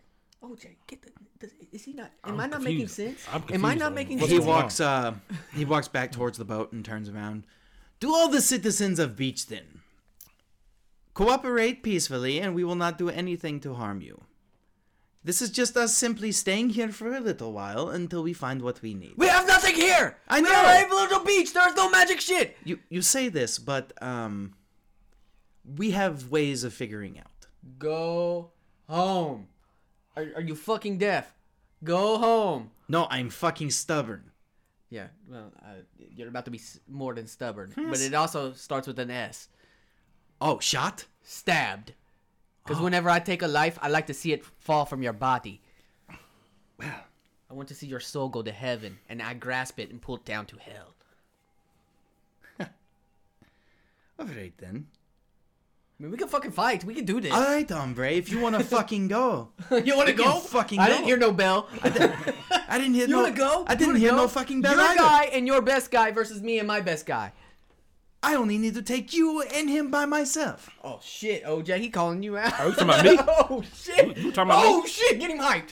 Speaker 3: OJ, get the. Does, is he not? Am i not making
Speaker 4: confused.
Speaker 3: sense?
Speaker 4: I'm
Speaker 3: Am I
Speaker 4: confused
Speaker 3: not
Speaker 4: on
Speaker 3: making
Speaker 4: what's
Speaker 3: sense?
Speaker 2: He
Speaker 4: going on.
Speaker 2: walks. Uh, he walks back towards the boat and turns around. Do all the citizens of Beachton cooperate peacefully, and we will not do anything to harm you. This is just us simply staying here for a little while until we find what we need.
Speaker 3: We have nothing here.
Speaker 2: I
Speaker 3: We
Speaker 2: know.
Speaker 3: are able to beach. There's no magic shit.
Speaker 2: You you say this, but um, we have ways of figuring out.
Speaker 3: Go home. Are, are you fucking deaf? Go home.
Speaker 2: No, I'm fucking stubborn.
Speaker 3: Yeah. Well, uh, you're about to be s- more than stubborn, but it also starts with an S.
Speaker 2: Oh, shot?
Speaker 3: Stabbed. Because whenever I take a life, I like to see it fall from your body. I want to see your soul go to heaven, and I grasp it and pull it down to hell.
Speaker 2: All right then.
Speaker 3: I mean, we can fucking fight. We can do this.
Speaker 2: All right, hombre, if you want to fucking go.
Speaker 3: you want to
Speaker 2: You
Speaker 3: go?
Speaker 2: can fucking
Speaker 3: I
Speaker 2: go.
Speaker 3: didn't hear no bell.
Speaker 2: I didn't hear
Speaker 3: You
Speaker 2: no.
Speaker 3: want to go?
Speaker 2: I
Speaker 3: You
Speaker 2: didn't
Speaker 3: wanna
Speaker 2: hear
Speaker 3: go?
Speaker 2: no fucking bell
Speaker 3: Your
Speaker 2: either.
Speaker 3: guy and your best guy versus me and my best guy.
Speaker 2: I only need to take you and him by myself.
Speaker 3: Oh shit, OJ, he calling you out.
Speaker 4: Oh, you talking about me?
Speaker 3: oh shit.
Speaker 4: You- you talking about
Speaker 3: oh
Speaker 4: me?
Speaker 3: shit, get him hyped.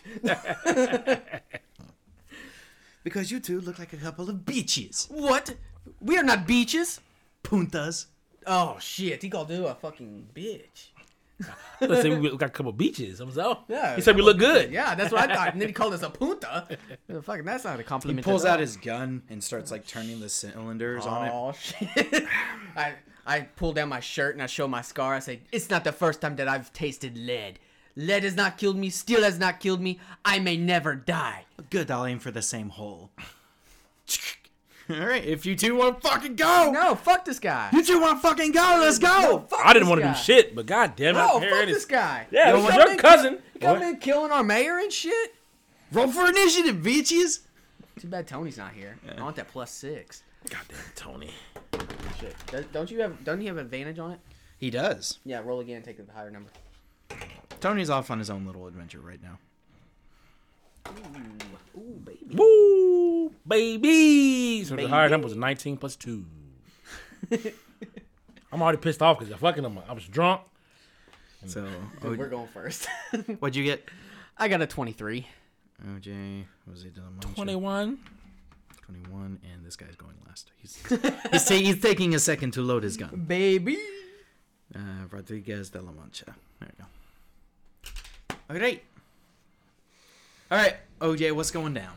Speaker 2: Because you two look like a couple of beaches.
Speaker 3: what? We are not beaches.
Speaker 2: Puntas.
Speaker 3: Oh shit, he called you a fucking bitch.
Speaker 4: Let's say we got a couple beaches. I was like, oh,
Speaker 3: Yeah.
Speaker 4: he said we look good.
Speaker 3: Yeah, that's what I thought. And then he called us a punta. Well, fucking, that's not a
Speaker 2: He
Speaker 3: compliment.
Speaker 2: pulls
Speaker 3: at
Speaker 2: out
Speaker 3: all.
Speaker 2: his gun and starts like turning the cylinders on it.
Speaker 3: Oh shit. I I pull down my shirt and I show my scar. I say, "It's not the first time that I've tasted lead. Lead has not killed me. Steel has not killed me. I may never die."
Speaker 2: Good, I'll aim for the same hole. All right, if you two want to fucking go,
Speaker 3: No, fuck this guy.
Speaker 2: you two want to fucking go. Let's
Speaker 3: No,
Speaker 2: go.
Speaker 3: fuck
Speaker 4: I didn't
Speaker 3: this
Speaker 4: want to
Speaker 3: guy.
Speaker 4: do shit, but goddamn,
Speaker 3: No,
Speaker 4: I'm here
Speaker 3: Oh, fuck
Speaker 4: it
Speaker 3: this
Speaker 4: is.
Speaker 3: guy. You
Speaker 4: Yeah, it was
Speaker 3: come
Speaker 4: your
Speaker 3: in-
Speaker 4: cousin.
Speaker 3: you Come
Speaker 4: What?
Speaker 3: in killing our mayor and shit.
Speaker 2: Roll for initiative, bitches.
Speaker 3: Too bad Tony's not here. I want that plus six.
Speaker 4: Goddamn, Tony.
Speaker 3: Shit. Don't- Don't you have? Don't you have advantage on it?
Speaker 2: He does.
Speaker 3: Yeah, roll again. Take the higher number.
Speaker 2: Tony's off on his own little adventure right now.
Speaker 3: Ooh, baby.
Speaker 4: Woo, baby. So the higher
Speaker 3: Baby.
Speaker 4: number was 19 plus 2. I'm already pissed off because I fucking him. up. I was drunk.
Speaker 2: So, oh,
Speaker 3: We're going first.
Speaker 2: what'd you get?
Speaker 3: I got a twenty-three.
Speaker 2: OJ, Jose de la Mancha,
Speaker 4: 21.
Speaker 2: 21, and this guy's going last. He's, he's, ta- he's taking a second to load his gun.
Speaker 3: Baby.
Speaker 2: Uh, Rodriguez de la Mancha. There we go. All right. All right, OJ, what's going down?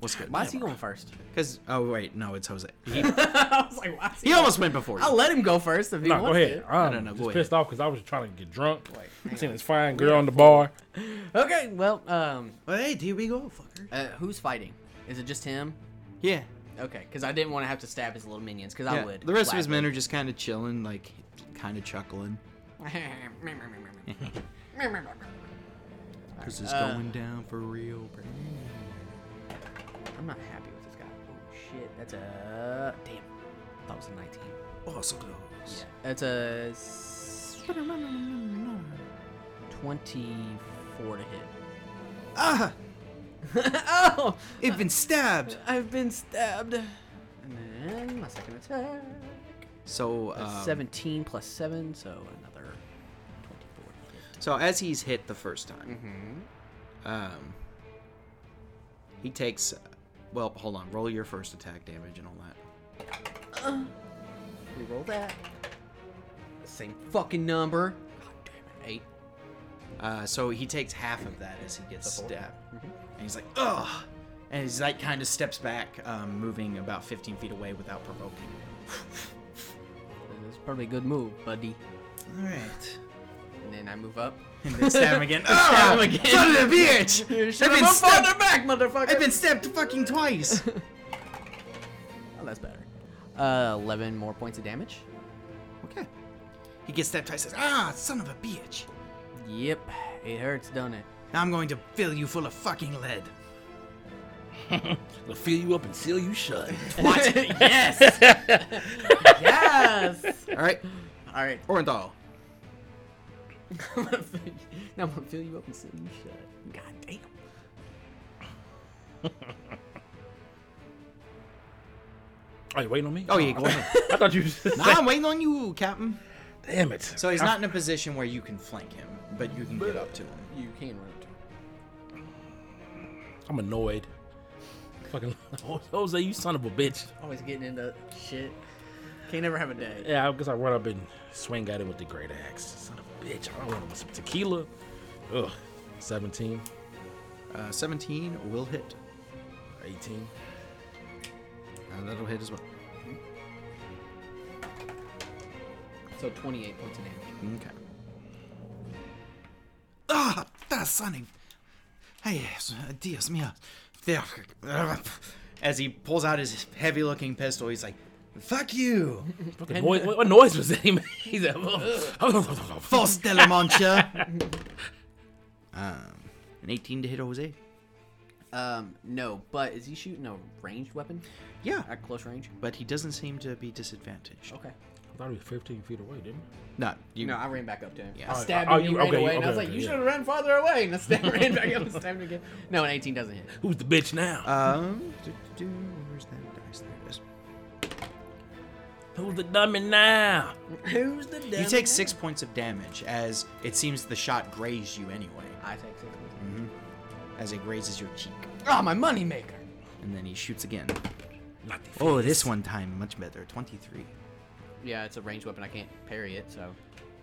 Speaker 2: What's good?
Speaker 3: Why is he going first?
Speaker 2: Because, oh, wait, no, it's Jose. He,
Speaker 3: I was like, why is he
Speaker 2: he almost went before you.
Speaker 3: I'll let him go first if he
Speaker 4: No, go
Speaker 3: wants
Speaker 4: ahead. I'm
Speaker 2: no, no, go
Speaker 4: just
Speaker 2: ahead.
Speaker 4: pissed off because I was trying to get drunk.
Speaker 3: Wait,
Speaker 4: I
Speaker 3: hang
Speaker 4: seen
Speaker 3: on.
Speaker 4: this fine girl on the bar.
Speaker 3: to. Okay, well, um,
Speaker 2: Well, hey, here we go, fucker.
Speaker 3: uh, who's fighting? Is it just him?
Speaker 2: Yeah.
Speaker 3: Okay, because I didn't want to have to stab his little minions, because I
Speaker 2: yeah.
Speaker 3: would.
Speaker 2: The rest of his men are just kind of chilling, like, kind of chuckling. Because it's
Speaker 3: Uh,
Speaker 2: going down for real, bro.
Speaker 3: I'm not happy with this guy. Oh shit, that's a damn. That was a 19.
Speaker 2: Oh, so close.
Speaker 3: That's a s- 24 to hit.
Speaker 2: Ah!
Speaker 3: oh,
Speaker 2: It's been stabbed!
Speaker 3: I've been stabbed. And then my second attack.
Speaker 2: So,
Speaker 3: That's
Speaker 2: um,
Speaker 3: 17 plus 7, so another 24.
Speaker 2: So as he's hit the first time, um, he takes. Well, hold on. Roll your first attack damage and all that.
Speaker 3: We roll that. Same fucking number. God damn it. 8.
Speaker 2: Uh, so he takes half of that as he gets
Speaker 3: The four?
Speaker 2: stabbed, and he's like, "Ugh," and he's like, kind of steps back, um, moving about 15 feet away without provoking.
Speaker 3: That's probably a good move, buddy.
Speaker 2: All right.
Speaker 3: And then I move up.
Speaker 2: And then stab him again. oh, stab him again. Son of a bitch! I've been stabbed.
Speaker 3: back, motherfucker.
Speaker 2: I've been stabbed fucking twice.
Speaker 3: Oh, that's better. Uh, 11 more points of damage.
Speaker 2: okay. He gets stabbed twice. Says, "Ah, son of a bitch."
Speaker 3: Yep, it hurts, don't it?
Speaker 2: Now I'm going to fill you full of fucking lead.
Speaker 4: They'll fill you up and seal you shut.
Speaker 2: What? yes.
Speaker 3: Yes.
Speaker 2: All right.
Speaker 3: All right.
Speaker 2: Orenthal.
Speaker 3: I'm gonna fill you- now I'm gonna fill you up and seal you shut. God damn.
Speaker 4: Are you waiting on me?
Speaker 2: Oh, yeah, go ahead.
Speaker 4: I thought you was
Speaker 2: Nah, I'm waiting on you, Captain. Ah.
Speaker 4: Damn it.
Speaker 2: So he's not in a position where you can flank him, but you can get up to him.
Speaker 3: You can run up to him.
Speaker 4: I'm annoyed. Fucking Jose, you son of a bitch.
Speaker 3: Always getting into shit. Can't ever have a day.
Speaker 4: Yeah, I guess I run up and swing at him with the great axe. Son of a bitch. I want him some tequila. Ugh. 17,
Speaker 2: Uh, 17 will hit.
Speaker 4: 18.
Speaker 2: Uh, that'll hit as well.
Speaker 3: So 28 points of damage.
Speaker 2: Okay. Ah, that sunny. Hey, uh, Dios mío. As he pulls out his heavy-looking pistol, he's like, "Fuck you,
Speaker 4: Fucking noise, what, what noise was that he made? He's like, fuck.
Speaker 2: False de la Mancha." um, an 18 to hit Jose.
Speaker 3: Um, no, but is he shooting a ranged weapon
Speaker 2: Yeah,
Speaker 3: at close range?
Speaker 2: but he doesn't seem to be disadvantaged.
Speaker 3: Okay.
Speaker 4: I thought he was 15 feet away, didn't he?
Speaker 2: Oh. No, you.
Speaker 3: No, I ran back up to him.
Speaker 2: Yeah.
Speaker 3: I stabbed
Speaker 4: Oh,
Speaker 3: him. and
Speaker 4: you-
Speaker 3: he ran
Speaker 4: okay,
Speaker 3: away, and I
Speaker 4: okay,
Speaker 3: was like,
Speaker 4: okay,
Speaker 3: "You
Speaker 4: yeah.
Speaker 3: should have ran farther away." And I stabbed, ran back up and stabbed him again. No, an 18 doesn't hit.
Speaker 4: Who's the bitch now?
Speaker 2: Um, do, do, do, where's that dice? There it is.
Speaker 4: Who's the dummy now?
Speaker 3: Who's the devil?
Speaker 2: You take six points of damage as it seems the shot grazed you anyway,
Speaker 3: I take six.
Speaker 2: as it grazes your cheek,
Speaker 3: Ah, my moneymaker.
Speaker 2: and then he shoots again.
Speaker 4: Not the
Speaker 2: Oh,
Speaker 4: face.
Speaker 2: this one time much better. Twenty-three.
Speaker 3: Yeah, it's a ranged weapon. I can't parry it, so.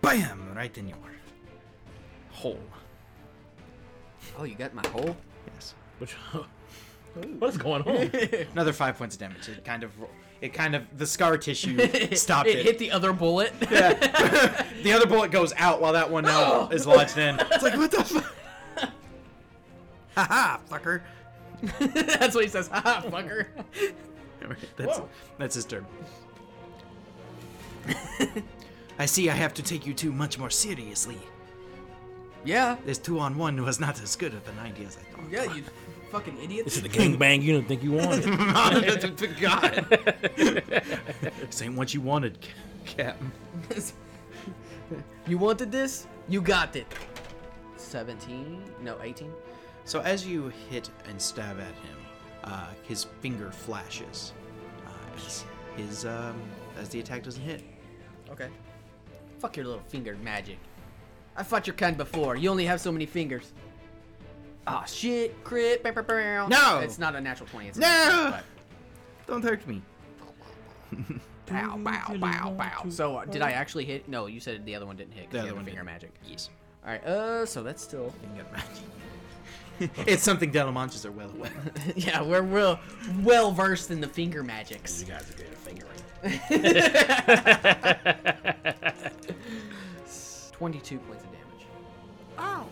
Speaker 2: Bam! Right in your hole.
Speaker 3: Oh, you got my hole.
Speaker 2: Yes.
Speaker 4: Which- What's going on?
Speaker 2: Another five points of damage. It kind of, it kind of, the scar tissue stopped
Speaker 3: it
Speaker 2: it.
Speaker 3: hit the other bullet.
Speaker 2: the other bullet goes out while that one now is lodged in. It's like what the. Fu- Haha, fucker.
Speaker 3: That's what he says. Ha, fucker.
Speaker 2: Alright, that's that's his turn. I see I have to take you two much more seriously.
Speaker 5: Yeah.
Speaker 2: This two on one was not as good of an idea as I thought.
Speaker 5: Yeah, you fucking idiots.
Speaker 4: This is the gangbang you didn't think you wanted.
Speaker 2: God. this ain't what you wanted, Captain.
Speaker 3: you wanted this? You got it. 17? No, 18?
Speaker 2: So as you hit and stab at him, uh, his finger flashes. Uh, as his um, as the attack doesn't hit.
Speaker 3: Okay. Fuck your little finger magic. I fought your kind before. You only have so many fingers. Ah, shit. Crit. Bow, bow, bow.
Speaker 2: No!
Speaker 3: It's not a natural 20. It's a
Speaker 2: No! Don't hurt me.
Speaker 3: Bow, bow, bow, bow. So, uh, did I actually hit? No, you said the other one didn't hit. 'cause
Speaker 2: The
Speaker 3: you
Speaker 2: other
Speaker 3: have a
Speaker 2: one
Speaker 3: finger
Speaker 2: didn't.
Speaker 3: magic.
Speaker 2: Yes.
Speaker 3: All right. Uh, so that's still.
Speaker 2: Finger magic. it's something Delamanches are well aware.
Speaker 3: yeah, we're real well versed in the finger magics.
Speaker 4: you guys are good at fingering.
Speaker 3: 22 points of damage. Oh.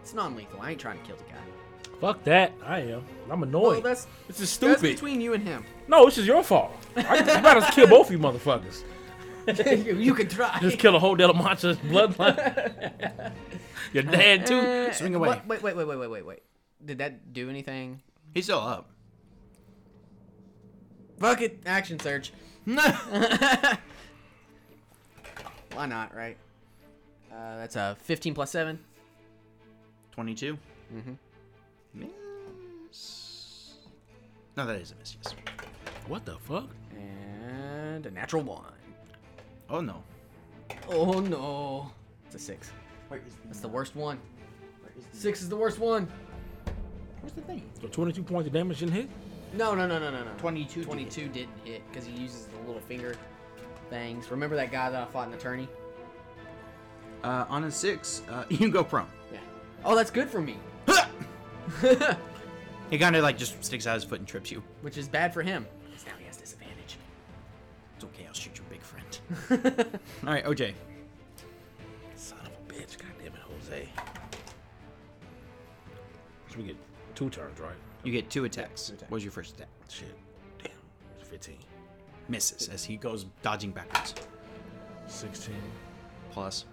Speaker 3: It's non-lethal. I ain't trying to kill the guy.
Speaker 4: Fuck that. I am. I'm
Speaker 3: Well,
Speaker 4: annoyed.
Speaker 3: that's
Speaker 4: this is
Speaker 3: that's
Speaker 4: stupid.
Speaker 3: between you and him.
Speaker 4: no, this is your fault. I, you about to kill both of you motherfuckers.
Speaker 3: you can try.
Speaker 4: Just kill a whole Delamancha bloodline. Your dad too.
Speaker 2: Swing away.
Speaker 3: What- Wait, wait, wait, wait, wait, wait, wait. Did that do anything?
Speaker 2: He's still up.
Speaker 3: Fuck it. Action search.
Speaker 2: No.
Speaker 3: Why not, right? Uh, that's a 15 plus 7.
Speaker 2: 22. Mm-hmm. Miss. No, that is a miss, yes.
Speaker 4: What the fuck?
Speaker 3: And a natural 1.
Speaker 2: Oh, no.
Speaker 3: Oh, no. It's a 6.
Speaker 2: Where is the,
Speaker 3: That's the worst one.
Speaker 2: where is
Speaker 3: 6 is the worst one.
Speaker 2: where's the thing?
Speaker 4: So 22 points of damage didn't hit.
Speaker 3: No, no, no, no, no, no.
Speaker 2: 22 didn't hit.
Speaker 3: 22 didn't hit because he uses the little finger things. Remember that guy that I fought in attorney?
Speaker 2: Uh, on a 6, uh, you can go prone.
Speaker 3: Yeah. Oh, that's good for me.
Speaker 2: He kind of like just sticks out his foot and trips you.
Speaker 3: Which is bad for him. 'cause now he has disadvantage.
Speaker 2: It's okay, I'll shoot your big friend. All right, OJ.
Speaker 4: Son of a bitch. God damn it, Jose. So we get two turns, right?
Speaker 2: You get two attacks. What was your first attack?
Speaker 4: Shit. Damn. It's 15.
Speaker 2: Misses as he goes dodging backwards.
Speaker 4: 16.
Speaker 2: Plus.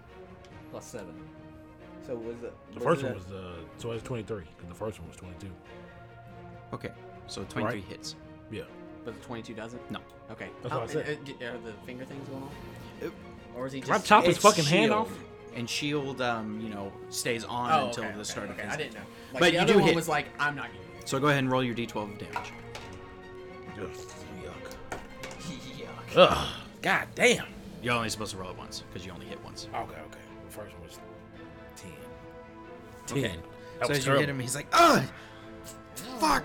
Speaker 3: Plus 7. So was it.
Speaker 4: The first one was uh, so it's 23. 'cause the first one was 22.
Speaker 2: Okay, so 23
Speaker 4: Right.
Speaker 2: hits.
Speaker 4: Yeah.
Speaker 3: But the 22 doesn't?
Speaker 2: No.
Speaker 3: Okay.
Speaker 4: That's
Speaker 3: How-
Speaker 4: what I said.
Speaker 3: uh, d- Are the finger things going on?
Speaker 2: It-
Speaker 3: Or is he just.
Speaker 4: Rob chop his
Speaker 2: It's
Speaker 4: fucking hand off.
Speaker 2: shield, And shield, um, you know, stays on
Speaker 3: Oh,
Speaker 2: until
Speaker 3: okay,
Speaker 2: the
Speaker 3: okay,
Speaker 2: start
Speaker 3: okay.
Speaker 2: of
Speaker 3: I
Speaker 2: his
Speaker 3: didn't know.
Speaker 2: But
Speaker 3: Like, the
Speaker 2: you
Speaker 3: other
Speaker 2: do
Speaker 3: one
Speaker 2: hit.
Speaker 3: was like, I'm not getting
Speaker 2: So go ahead and roll your d12 of damage.
Speaker 4: Yuck.
Speaker 3: it. Yuck.
Speaker 4: Ugh. God damn.
Speaker 2: You're only supposed to roll it once because you only hit once.
Speaker 4: Okay, okay. The first one was 10. 10.
Speaker 2: Okay.
Speaker 4: That
Speaker 2: so
Speaker 4: was
Speaker 2: as you hit him, he's like, "Ugh, fuck,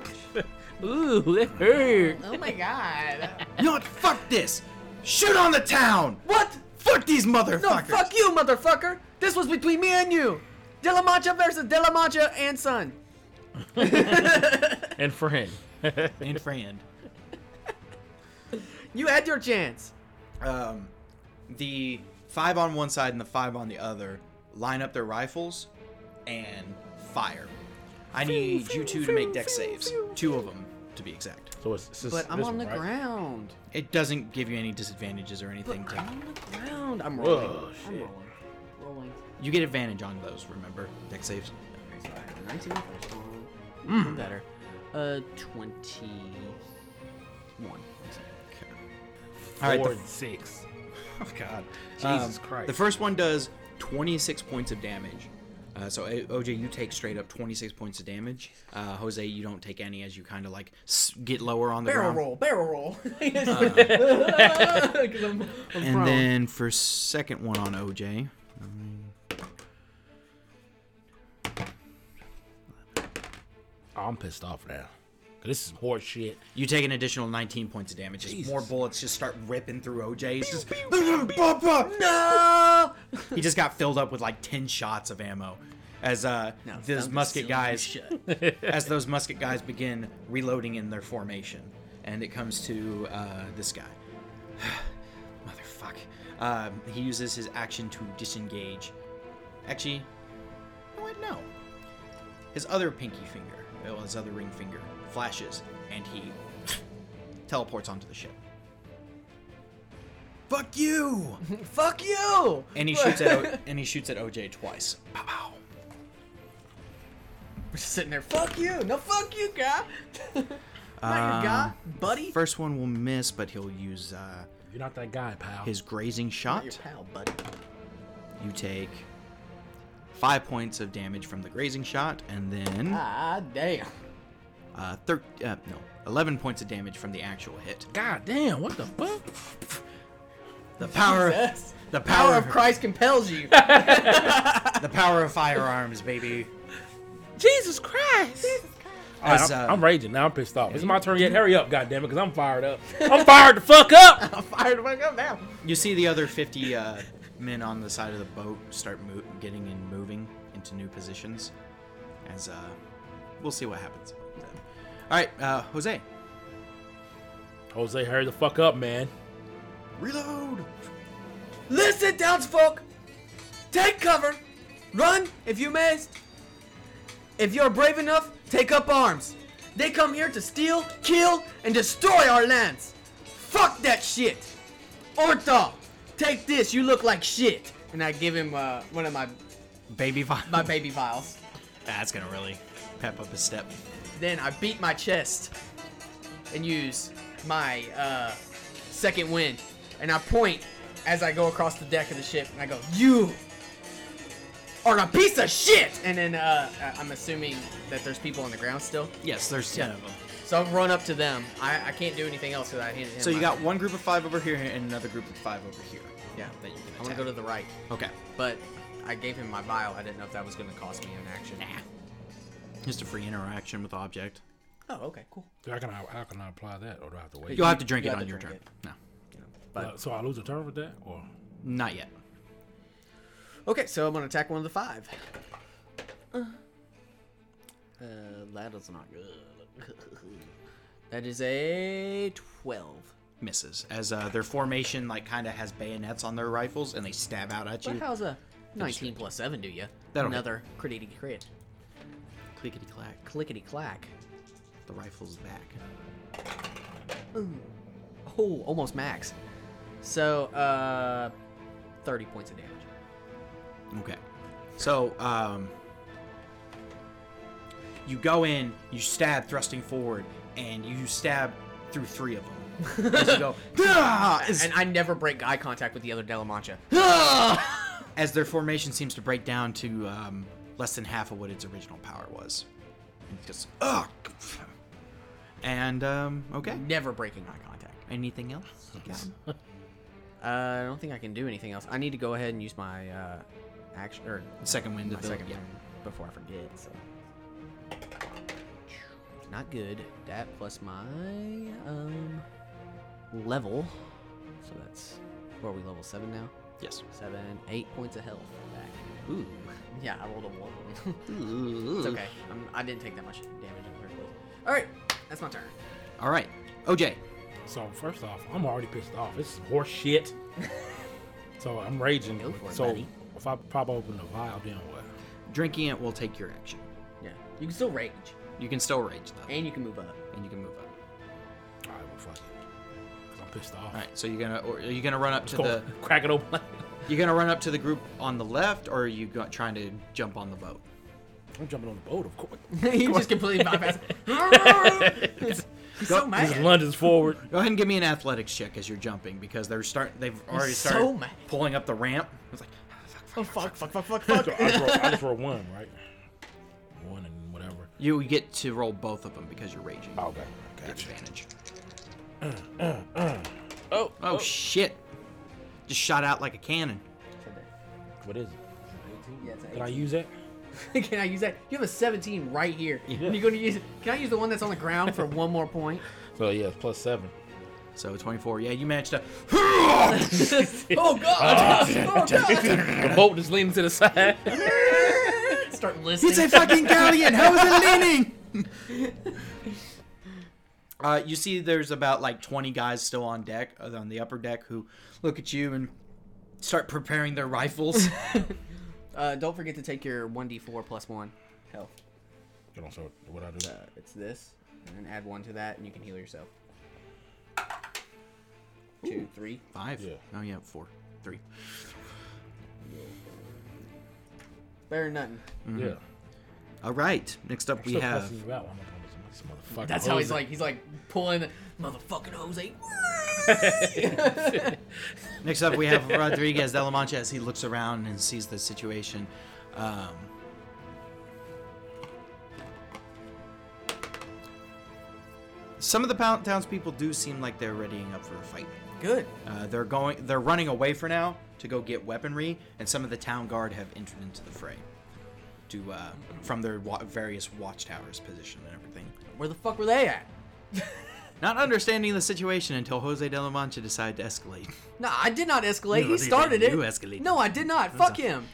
Speaker 4: Ooh, that hurt.
Speaker 3: Oh my god.
Speaker 2: you know what? Fuck this. Shoot on the town.
Speaker 3: what?
Speaker 2: Fuck these motherfuckers."
Speaker 3: No, fuck you, motherfucker! This was between me and you! De La Mancha versus De La Mancha and son.
Speaker 4: And friend.
Speaker 2: And friend.
Speaker 3: You had your chance.
Speaker 2: Um, the five on one side and the five on the other line up their rifles and fire. I need you two to make deck saves. Two of them, to be exact.
Speaker 4: So it's, it's this-
Speaker 3: But I'm
Speaker 4: this
Speaker 3: on the
Speaker 4: one, right?
Speaker 3: ground.
Speaker 2: It doesn't give you any disadvantages or anything.
Speaker 3: But
Speaker 2: Tim.
Speaker 3: I'm on the ground. I'm
Speaker 4: Whoa,
Speaker 3: rolling. I'm
Speaker 4: shit.
Speaker 3: rolling. Rolling.
Speaker 2: You get advantage on those. Remember, deck saves.
Speaker 3: Okay, so I have a 19 first one. Even better. Uh, 21.
Speaker 2: All right,
Speaker 4: four
Speaker 2: the-
Speaker 4: and six. Oh God, Jesus
Speaker 2: Um,
Speaker 4: Christ!
Speaker 2: The first one does 26 points of damage. Uh, so A- OJ, you take straight up 26 points of damage. Uh, Jose, you don't take any as you kind of like s- get lower on the
Speaker 3: Barrel
Speaker 2: ground.
Speaker 3: roll, barrel roll. Uh. 'Cause I'm- I'm
Speaker 2: And
Speaker 3: prone.
Speaker 2: then for second one on OJ.
Speaker 4: Oh, I'm pissed off now. 'Cause This is horse shit.
Speaker 2: You take an additional 19 points of damage. Just
Speaker 4: Jesus.
Speaker 2: more bullets just start ripping through OJ. It's just, Bah, bah, no! he just got filled up with like 10 shots of ammo. As uh,
Speaker 3: Now
Speaker 2: those
Speaker 3: it's time to seal
Speaker 2: musket
Speaker 3: you
Speaker 2: guys,
Speaker 3: shut.
Speaker 2: as those musket guys begin reloading in their formation, and it comes to uh, this guy. Motherfuck. Um, he uses his action to disengage. Actually, no, wait, no. His other pinky finger, well, his other ring finger, flashes, and he teleports onto the ship. Fuck you!
Speaker 3: Fuck you!
Speaker 2: And he shoots at o- and he shoots at OJ twice. Pow, pow.
Speaker 3: We're just sitting there. Fuck you! No, fuck you, guy. Not your guy, buddy.
Speaker 2: First one will miss, but he'll use uh,
Speaker 4: You're not that guy, pal.
Speaker 2: his grazing
Speaker 3: Your
Speaker 2: shot.
Speaker 3: pal, buddy.
Speaker 2: You take five points of damage from the grazing shot, and then
Speaker 3: Ah, damn.
Speaker 2: uh, thir- uh, no, 11 points of damage from the actual hit.
Speaker 4: God damn! What the fuck?
Speaker 2: The power,
Speaker 3: Jesus.
Speaker 2: the
Speaker 3: Power
Speaker 2: power,
Speaker 3: of Christ compels you.
Speaker 2: the power of firearms, baby.
Speaker 4: Jesus Christ! All right,
Speaker 2: As,
Speaker 4: I'm,
Speaker 2: uh, Mm-hmm.
Speaker 4: I'm raging now. I'm pissed off. It's my turn yet. Hurry up, goddammit, because I'm fired up. I'm fired the fuck up.
Speaker 3: I'm fired the fuck up now.
Speaker 2: You see the other 50 uh, men on the side of the boat start mo- getting and moving into new positions. As uh, we'll see what happens. Then. All right, uh, Jose,
Speaker 4: Jose, hurry the fuck up, man.
Speaker 2: reload.
Speaker 3: Listen, townsfolk. Take cover. Run if you missed. If you're brave enough, take up arms. They come here to steal, kill, and destroy our lands. Fuck that shit. Orta, take this. You look like shit. And I give him uh, one of my
Speaker 2: Baby vial.
Speaker 3: my baby vials.
Speaker 2: That's gonna really pep up his step.
Speaker 3: Then I beat my chest and use my uh, second wind. And I point as I go across the deck of the ship and I go, You are a piece of shit! And then uh, I- I'm assuming that there's people on the ground still.
Speaker 2: Yes, there's 10 of them.
Speaker 3: So I run up to them. I, I can't do anything else because I hit him.
Speaker 2: So you
Speaker 3: I-
Speaker 2: got one group of five over here and another group of five over here.
Speaker 3: Yeah.
Speaker 2: That you can
Speaker 3: I want to
Speaker 2: attack.
Speaker 3: go to the right.
Speaker 2: Okay.
Speaker 3: But I gave him my vial. I didn't know if that was going to cost me an action.
Speaker 2: Just a free interaction with object.
Speaker 3: Oh, okay, cool.
Speaker 4: How can I, how can I apply that, or do I have to wait?
Speaker 2: You'll have to drink
Speaker 3: you
Speaker 2: it
Speaker 3: have
Speaker 2: on
Speaker 3: to
Speaker 2: your turn.
Speaker 3: drink
Speaker 2: No,
Speaker 4: Uh, so I lose a turn with that, or
Speaker 2: not yet.
Speaker 3: Okay, so I'm gonna attack one of the five. Uh, that is not good. that is a twelve.
Speaker 2: Misses as uh, their formation like kind of has bayonets on their rifles and they stab out at
Speaker 3: But
Speaker 2: you.
Speaker 3: how's a nineteen plus seven do you?
Speaker 2: That'll hit.
Speaker 3: Another crickety crit,
Speaker 2: Clickety clack.
Speaker 3: clickety clack.
Speaker 2: The rifle's back.
Speaker 3: Oh, almost max. So, uh, thirty points of damage.
Speaker 2: Okay. So um, you go in, you stab, thrusting forward, and you stab through three of them. as you go, "Ah!" as
Speaker 3: And I never break eye contact with the other Delamancha.
Speaker 2: ah! as their formation seems to break down to um, less than half of what its original power was. It's just, ugh. And, um, okay.
Speaker 3: Never breaking eye contact.
Speaker 2: Anything else? you got?
Speaker 3: Uh, I don't think I can do anything else. I need to go ahead and use my uh, action or
Speaker 2: Second wind
Speaker 3: my
Speaker 2: of the
Speaker 3: second
Speaker 2: yeah.
Speaker 3: turn before I forget. So not good. That plus my um level. So that's what are we level seven now?
Speaker 2: Yes.
Speaker 3: Seven, eight points of health back. Ooh. Yeah, I rolled a one. it's okay. I'm, I didn't take that much damage in the first place. All right, that's my turn.
Speaker 2: All right. OJ.
Speaker 4: so first off, I'm already pissed off. This is horse shit. so I'm raging.
Speaker 3: Go for it,
Speaker 4: so
Speaker 3: buddy.
Speaker 4: if I pop open the vial, then what?
Speaker 2: Drinking it will take your action.
Speaker 3: Yeah, you can still rage,
Speaker 2: You can still rage, though.
Speaker 3: and you can move up.
Speaker 2: And you can move up.
Speaker 4: All right, well fuck it. 'Cause I'm pissed off.
Speaker 2: All right. So you're gonna or are you gonna run up to
Speaker 4: Go
Speaker 2: the
Speaker 4: crack it open.
Speaker 2: you're gonna run up to the group on the left, or are you go, trying to jump on the boat?
Speaker 4: I'm jumping on the boat, of course.
Speaker 3: you just completely bypass.
Speaker 6: He's
Speaker 2: Go-
Speaker 6: so mad.
Speaker 4: Just lunges forward.
Speaker 2: Go ahead and give me an athletics check as you're jumping because they're start. They've already
Speaker 6: so
Speaker 2: started
Speaker 6: mad.
Speaker 2: pulling up the ramp. It's like
Speaker 6: Oh fuck, fuck, fuck, fuck,
Speaker 4: I
Speaker 6: fuck.
Speaker 4: just roll- I just roll, I just roll one, right? One and whatever.
Speaker 2: you get to roll both of them because you're raging.
Speaker 4: Okay.
Speaker 2: Get advantage.
Speaker 4: Oh,
Speaker 2: Oh, shit! Just shot out like a cannon.
Speaker 4: what is it?
Speaker 3: Yeah, it's an
Speaker 4: Did I use that?
Speaker 3: Can I use that? You have a 17 right here.
Speaker 2: Yeah.
Speaker 3: And you're going to use it. Can I use the one that's on the ground for one more point?
Speaker 4: So yeah, it's plus seven.
Speaker 2: So 24. Yeah, you managed to.
Speaker 3: Oh, God. oh, God.
Speaker 4: The boat just leaning to the side.
Speaker 3: Start
Speaker 2: It's
Speaker 3: listening.
Speaker 2: a fucking galleon. How is it leaning? uh, you see, there's about like 20 guys still on deck, uh, on the upper deck, who look at you and start preparing their rifles.
Speaker 3: Uh, don't forget to take your 1d4 plus 1 health.
Speaker 4: Hold on, so what I do?
Speaker 3: Uh, it's this. And then add 1 to that, and you can heal yourself. Two, three.
Speaker 2: Five?
Speaker 4: Yeah.
Speaker 2: Oh, yeah, four, three.
Speaker 3: Better than nothing.
Speaker 4: Yeah.
Speaker 2: All right. Next up, we
Speaker 4: Still
Speaker 2: have.
Speaker 4: cussing you out. I'm like, this motherfucker.
Speaker 3: That's how he's
Speaker 4: Jose.
Speaker 3: like, he's like pulling motherfucking Jose.
Speaker 2: Next up, we have Rodriguez de la Mancha as he looks around and sees the situation. Um, some of the pow- townspeople do seem like they're readying up for a fight.
Speaker 3: Good.
Speaker 2: Uh, they're going, they're running away for now to go get weaponry, and some of the town guard have entered into the fray, to uh, from their wa- various watchtowers position and everything.
Speaker 3: Where the fuck were they at?
Speaker 2: Not understanding the situation until Jose de la Mancha decided to escalate.
Speaker 3: No, I did not escalate.
Speaker 2: You
Speaker 3: he
Speaker 2: did.
Speaker 3: started it.
Speaker 2: You escalated.
Speaker 3: No, I did not. Fuck him.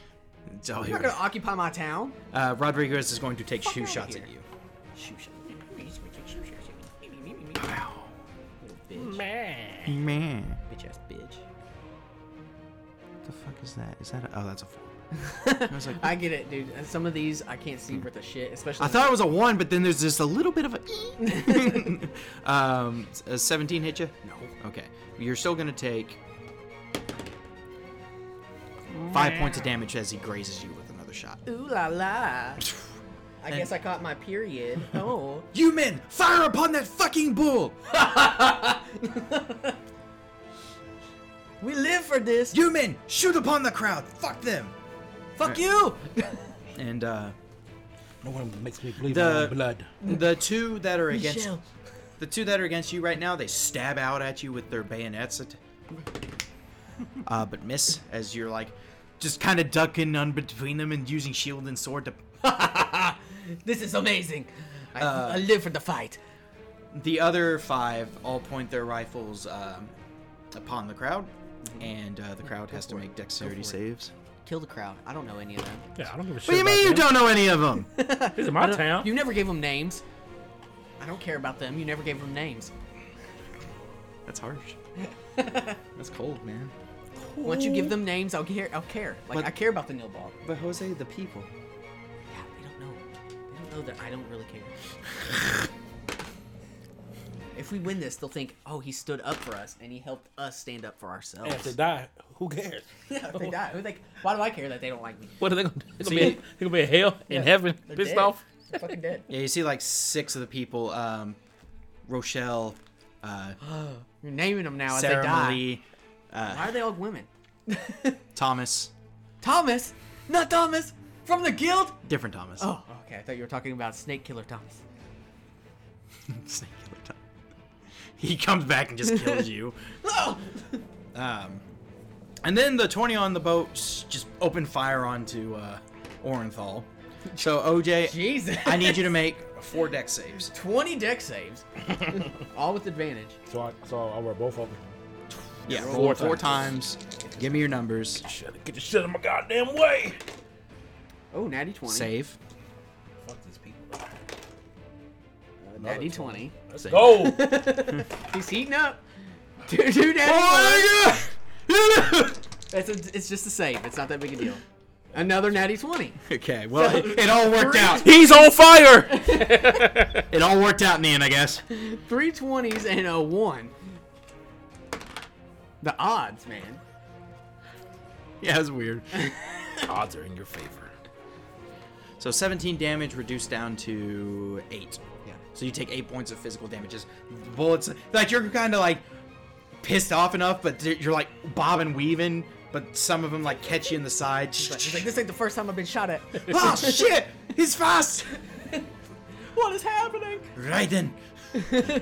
Speaker 2: It's all
Speaker 3: You're not
Speaker 2: yours.
Speaker 3: gonna occupy my town.
Speaker 2: Uh, Rodriguez is going to take shoe
Speaker 3: outta
Speaker 2: shots
Speaker 3: here.
Speaker 2: at you.
Speaker 3: Shoo, shoo. Little bitch.
Speaker 2: Man,
Speaker 3: Bitch ass bitch.
Speaker 2: what the fuck is that? Is that? A, oh, that's a four. I was like,
Speaker 3: I get it, dude. And Some of these I can't see worth a shit, especially.
Speaker 2: I thought it was a one, but then there's just a little bit of a. um, a seventeen hit you? No. Okay, you're still gonna take five points of damage as he grazes you with another shot.
Speaker 3: Ooh la la. I guess I caught my period. Oh.
Speaker 2: You men, fire upon that fucking bull!
Speaker 3: We live for this.
Speaker 2: You men, shoot upon the crowd! Fuck them!
Speaker 3: Fuck you.
Speaker 2: And uh,
Speaker 4: No one makes me believe
Speaker 2: The-
Speaker 4: in my blood.
Speaker 2: the two that are against
Speaker 3: Michelle.
Speaker 2: The two that are against you right now, they stab out at you with their bayonets. At- uh, but miss as you're like just kind of ducking on between them and using shield and sword to.
Speaker 3: This is amazing. I,
Speaker 2: Uh.
Speaker 3: I live for the fight.
Speaker 2: The other five all point their rifles um, upon the crowd, and uh, the crowd has to make dexterity saves.
Speaker 3: Kill the crowd. I don't know any of them.
Speaker 4: Yeah, I don't give a shit.
Speaker 2: What do you mean you don't know any of them?
Speaker 4: This is my town.
Speaker 3: You never gave them names. I don't care about them. You never gave them names.
Speaker 2: That's harsh. That's cold, man.
Speaker 3: Once you give them names, I'll care. I'll care. Like
Speaker 2: But-
Speaker 3: I care about the nil ball.
Speaker 2: But Jose, the people.
Speaker 3: Yeah, they don't know. They don't know that I don't really care. if we win this, they'll think, oh, he stood up for us and he helped us stand up for ourselves.
Speaker 4: And if they die, who cares?
Speaker 3: yeah, if they die, who like, why do I care that they don't like me?
Speaker 4: What are they gonna do? They're
Speaker 2: See-
Speaker 4: gonna, be, they're gonna be in hell, in heaven,
Speaker 3: They're
Speaker 4: pissed
Speaker 3: dead.
Speaker 4: off.
Speaker 3: They're fucking dead.
Speaker 2: Yeah, you see like six of the people. Um, Rochelle, uh,
Speaker 3: You're naming them now as
Speaker 2: Sarah
Speaker 3: they die.
Speaker 2: Marie,
Speaker 3: Why are they all women?
Speaker 2: Thomas.
Speaker 3: Thomas, not Thomas from the guild.
Speaker 2: Different Thomas.
Speaker 3: Oh, okay. I thought you were talking about Snake Killer Thomas.
Speaker 2: Snake killer Tom. He comes back and just kills you.
Speaker 3: Oh!
Speaker 2: Um, and then the 20 on the boat s- just open fire onto uh, Orenthal. So, OJ,
Speaker 3: Jesus.
Speaker 2: I need you to make four deck saves.
Speaker 3: 20 deck saves, all with advantage.
Speaker 4: So I, so I wear both of them.
Speaker 2: Yeah,
Speaker 4: roll
Speaker 2: four,
Speaker 4: four
Speaker 2: four times. Give me your numbers.
Speaker 4: Shit, get the shit out of my goddamn way.
Speaker 3: Oh, natty 20.
Speaker 2: Save.
Speaker 4: Fuck these people.
Speaker 3: Uh, Natty 20.
Speaker 4: Let's go.
Speaker 3: He's heating up. Two, two natty 20s.
Speaker 2: Oh,
Speaker 3: It's, a, it's just a save. It's not that big a deal. Another natty 20.
Speaker 2: Okay, well, it, it all worked out.
Speaker 4: He's on fire.
Speaker 2: It all worked out in the end, I guess.
Speaker 3: Three 20s and a 1. The odds, man.
Speaker 2: Yeah, it's weird.
Speaker 4: Odds are in your favor.
Speaker 2: So, 17 damage reduced down to 8.
Speaker 3: Yeah.
Speaker 2: So you take eight points of physical damages. Bullets, like you're kind of like pissed off enough, but th- you're like bob and weaving. But some of them like catch you in the side.
Speaker 3: He's like, this ain't the first time I've been shot at.
Speaker 2: oh shit! He's fast.
Speaker 3: what is happening?
Speaker 2: Right then,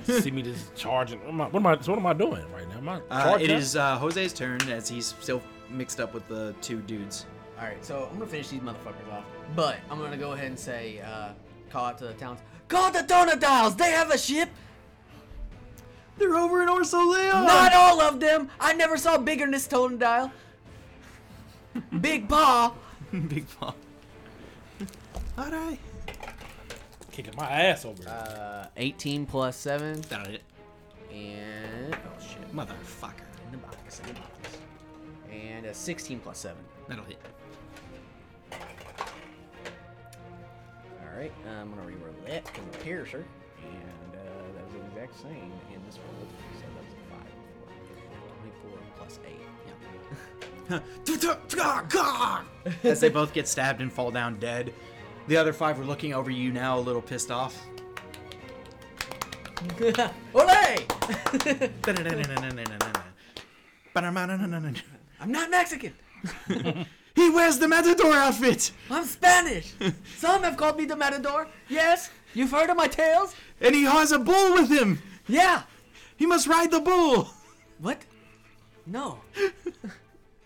Speaker 4: See me just charging. What am I? What am I, so what am I doing right now? Am I
Speaker 2: uh, it
Speaker 4: charged up?
Speaker 2: is uh, Jose's turn as he's still mixed up with the two dudes.
Speaker 3: All right, so I'm gonna finish these motherfuckers off, but I'm gonna go ahead and say, uh, call out to the towns.
Speaker 7: Call the Tonadiles! They have a ship!
Speaker 2: They're over in Orso Leo.
Speaker 7: Not all of them! I never saw biggerness Tonadile. Big Paw!
Speaker 2: Big Paw. All right.
Speaker 4: kicking my ass over. here.
Speaker 3: Uh, 18 plus seven
Speaker 2: Got it,
Speaker 3: and oh shit,
Speaker 2: motherfucker.
Speaker 3: in the box, in the box, and a 16 plus seven.
Speaker 2: That'll hit.
Speaker 3: All right, I'm gonna reroll that because of Piercer, and uh, that was the exact same in this roll, so that's a five, four, 24 plus eight. Yeah.
Speaker 2: as they both get stabbed and fall down dead. The other five were looking over you now, a little pissed off.
Speaker 3: Olay!
Speaker 7: I'm not Mexican!
Speaker 2: He wears the matador outfit,
Speaker 7: I'm Spanish! Some have called me the Matador. Yes? You've heard of my tales?
Speaker 2: and he has a bull with him.
Speaker 7: Yeah!
Speaker 2: He must ride the bull.
Speaker 7: What? No.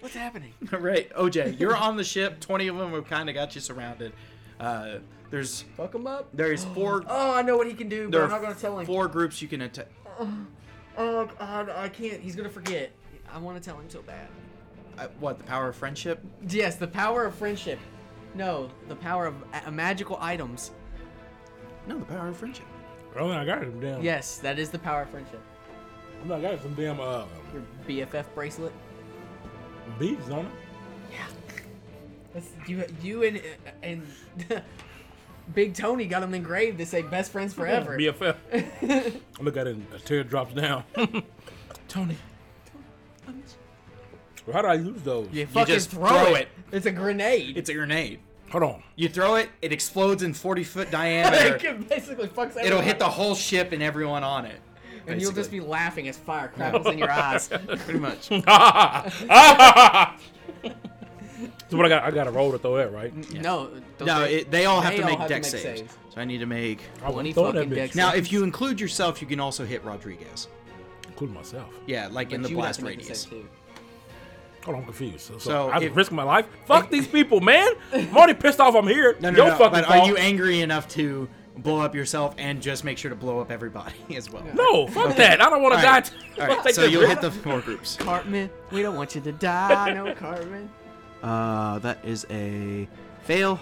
Speaker 7: What's happening?
Speaker 2: right, OJ, you're on the ship. Twenty of them have kind of got you surrounded. Uh, there's
Speaker 3: Fuck him up.
Speaker 2: there's four.
Speaker 3: Oh, I know what he can do, but
Speaker 2: there
Speaker 3: I'm not gonna tell
Speaker 2: are
Speaker 3: him.
Speaker 2: four groups you can attack.
Speaker 3: Oh God, I can't. He's gonna forget. I want to tell him so bad.
Speaker 2: Uh, what the power of friendship?
Speaker 3: Yes, the power of friendship. No, the power of a- magical items.
Speaker 2: No, the power of friendship.
Speaker 4: Oh, I got some damn.
Speaker 3: Yes, that is the power of friendship.
Speaker 4: I'm not got some damn uh
Speaker 3: Your BFF bracelet.
Speaker 4: beads on it.
Speaker 3: That's, you, you and uh, and Big Tony got them engraved to say "best friends forever."
Speaker 4: BFF. I look at it and a tear drops down. Tony. Well, How do I use those?
Speaker 3: You fucking
Speaker 2: just
Speaker 3: throw,
Speaker 2: throw
Speaker 3: it. It's a grenade.
Speaker 2: It's a grenade.
Speaker 4: Hold on.
Speaker 2: You throw it, it explodes in 40 foot diameter.
Speaker 3: it basically fucks everyone.
Speaker 2: It'll hit the whole ship and everyone on it.
Speaker 3: and you'll just be laughing as fire crackles in your eyes.
Speaker 2: pretty much.
Speaker 4: So what I got? I got a roll to throw at, right?
Speaker 3: No, those
Speaker 2: No,
Speaker 3: they-
Speaker 2: it, they all have
Speaker 3: they
Speaker 2: to make
Speaker 3: all have to
Speaker 2: deck
Speaker 3: make
Speaker 2: saves.
Speaker 3: saves.
Speaker 2: So I need to make.
Speaker 4: I
Speaker 3: Twenty
Speaker 4: wanna throw that
Speaker 3: fucking
Speaker 4: bitch,
Speaker 3: dex-
Speaker 2: Now, if you include yourself, you can also hit Rodriguez.
Speaker 4: including myself.
Speaker 2: Yeah, like in
Speaker 3: but
Speaker 2: the
Speaker 3: you would have
Speaker 2: blast
Speaker 3: to make the
Speaker 2: radius.
Speaker 3: save too.
Speaker 4: Hold on, I'm confused. So, so,
Speaker 2: So
Speaker 4: I have
Speaker 2: if-
Speaker 4: to risk my life. Fuck these people, man. I'm already pissed off. I'm here.
Speaker 2: No, no,
Speaker 4: Your
Speaker 2: no.
Speaker 4: fucking
Speaker 2: But
Speaker 4: fault.
Speaker 2: are you angry enough to blow up yourself and just make sure to blow up everybody as well?
Speaker 4: No, fuck that. I don't want
Speaker 2: All
Speaker 4: to
Speaker 2: right.
Speaker 4: die. T-
Speaker 2: All
Speaker 4: I'll
Speaker 2: right.
Speaker 4: take
Speaker 2: So
Speaker 4: this
Speaker 2: you'll
Speaker 4: risk.
Speaker 2: hit the four groups.
Speaker 3: Cartman, we don't want you to die. No, Cartman.
Speaker 2: Uh, that is a fail.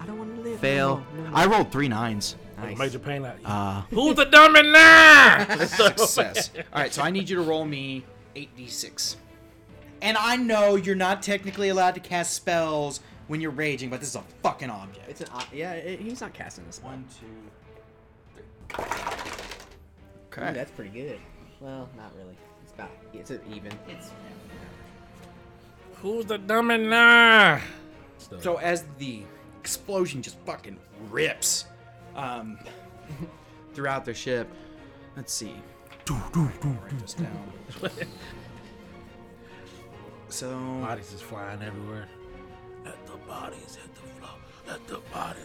Speaker 3: I don't want to live.
Speaker 2: Fail. I rolled three nines.
Speaker 4: Major pain. Like,
Speaker 3: Uh.
Speaker 4: Who's the dummy now?
Speaker 2: Success. All right, so I need you to roll me 8d6. And I know you're not technically allowed to cast spells when you're raging, but this is a fucking object.
Speaker 3: It's an o- yeah. It, he's not casting this one.
Speaker 2: two,
Speaker 3: Ooh,
Speaker 2: three. Okay.
Speaker 3: that's pretty good. Well, not really. It's about. It's an even. It's.
Speaker 4: Who's the dummy now?
Speaker 2: So as the explosion just fucking rips um, throughout the ship, let's see. Write this down. So
Speaker 4: Bodies is flying everywhere. Let the bodies hit the floor. Let the bodies.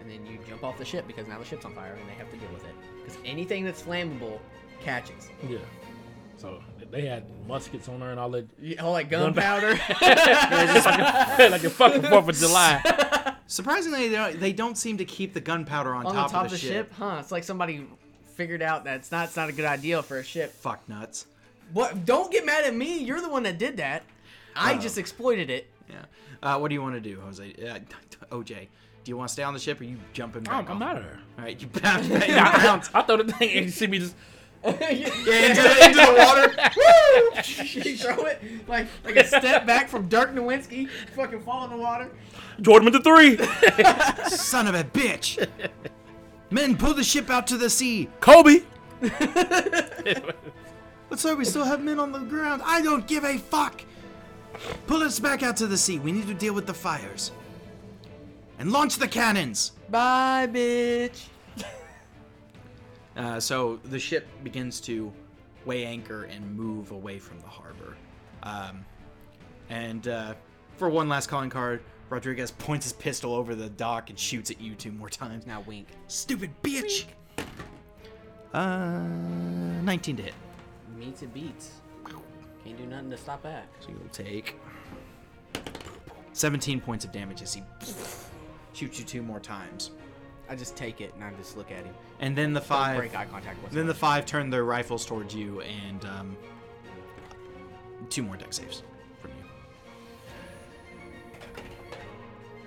Speaker 3: And then you jump off the ship because now the ship's on fire and they have to deal with it. Because anything that's flammable catches.
Speaker 4: Yeah. So they had muskets on her and all that.
Speaker 3: You- All that gunpowder.
Speaker 4: like the fucking Fourth of July.
Speaker 2: surprisingly, they don't, they don't seem to keep the gunpowder on,
Speaker 3: on
Speaker 2: top,
Speaker 3: the top of the ship. Huh? It's like somebody figured out that it's not. It's not a good idea for a ship.
Speaker 2: Fuck nuts.
Speaker 3: What? Don't get mad at me. You're the one that did that. I just exploited it.
Speaker 2: Yeah. Uh, what do you want to do, Jose? Uh, OJ, do you want to stay on the ship or you jumping back?
Speaker 4: I'm, Oh, I'm
Speaker 2: off?
Speaker 4: out of her.
Speaker 2: All right, you bounce back. you
Speaker 4: Yeah,
Speaker 2: bounce
Speaker 4: I, I thought the thing and you see me just
Speaker 2: into, the, into the water.
Speaker 3: you throw it like like a step back from Dirk Nowitzki. Fucking fall in the water.
Speaker 4: Jordan with the three.
Speaker 2: Son of a bitch. Men, pull the ship out to the sea.
Speaker 4: Kobe.
Speaker 2: What's up? We still have men on the ground. I don't give a fuck. Pull us back out to the sea. We need to deal with the fires. And launch the cannons.
Speaker 3: Bye, bitch.
Speaker 2: Uh, so the ship begins to weigh anchor and move away from the harbor. Um, and uh, for one last calling card, Rodriguez points his pistol over the dock and shoots at you two more times.
Speaker 8: Now wink.
Speaker 2: Stupid bitch! Uh, 19 to hit.
Speaker 8: Meets it beats. Can't do nothing to stop that.
Speaker 2: So you'll take 17 points of damage as he shoots you two more times.
Speaker 8: I just take it and I just look at him.
Speaker 2: And then the
Speaker 8: Don't
Speaker 2: five.
Speaker 8: break eye contact with
Speaker 2: Then the five turn their rifles towards you, and um, two more deck saves from you.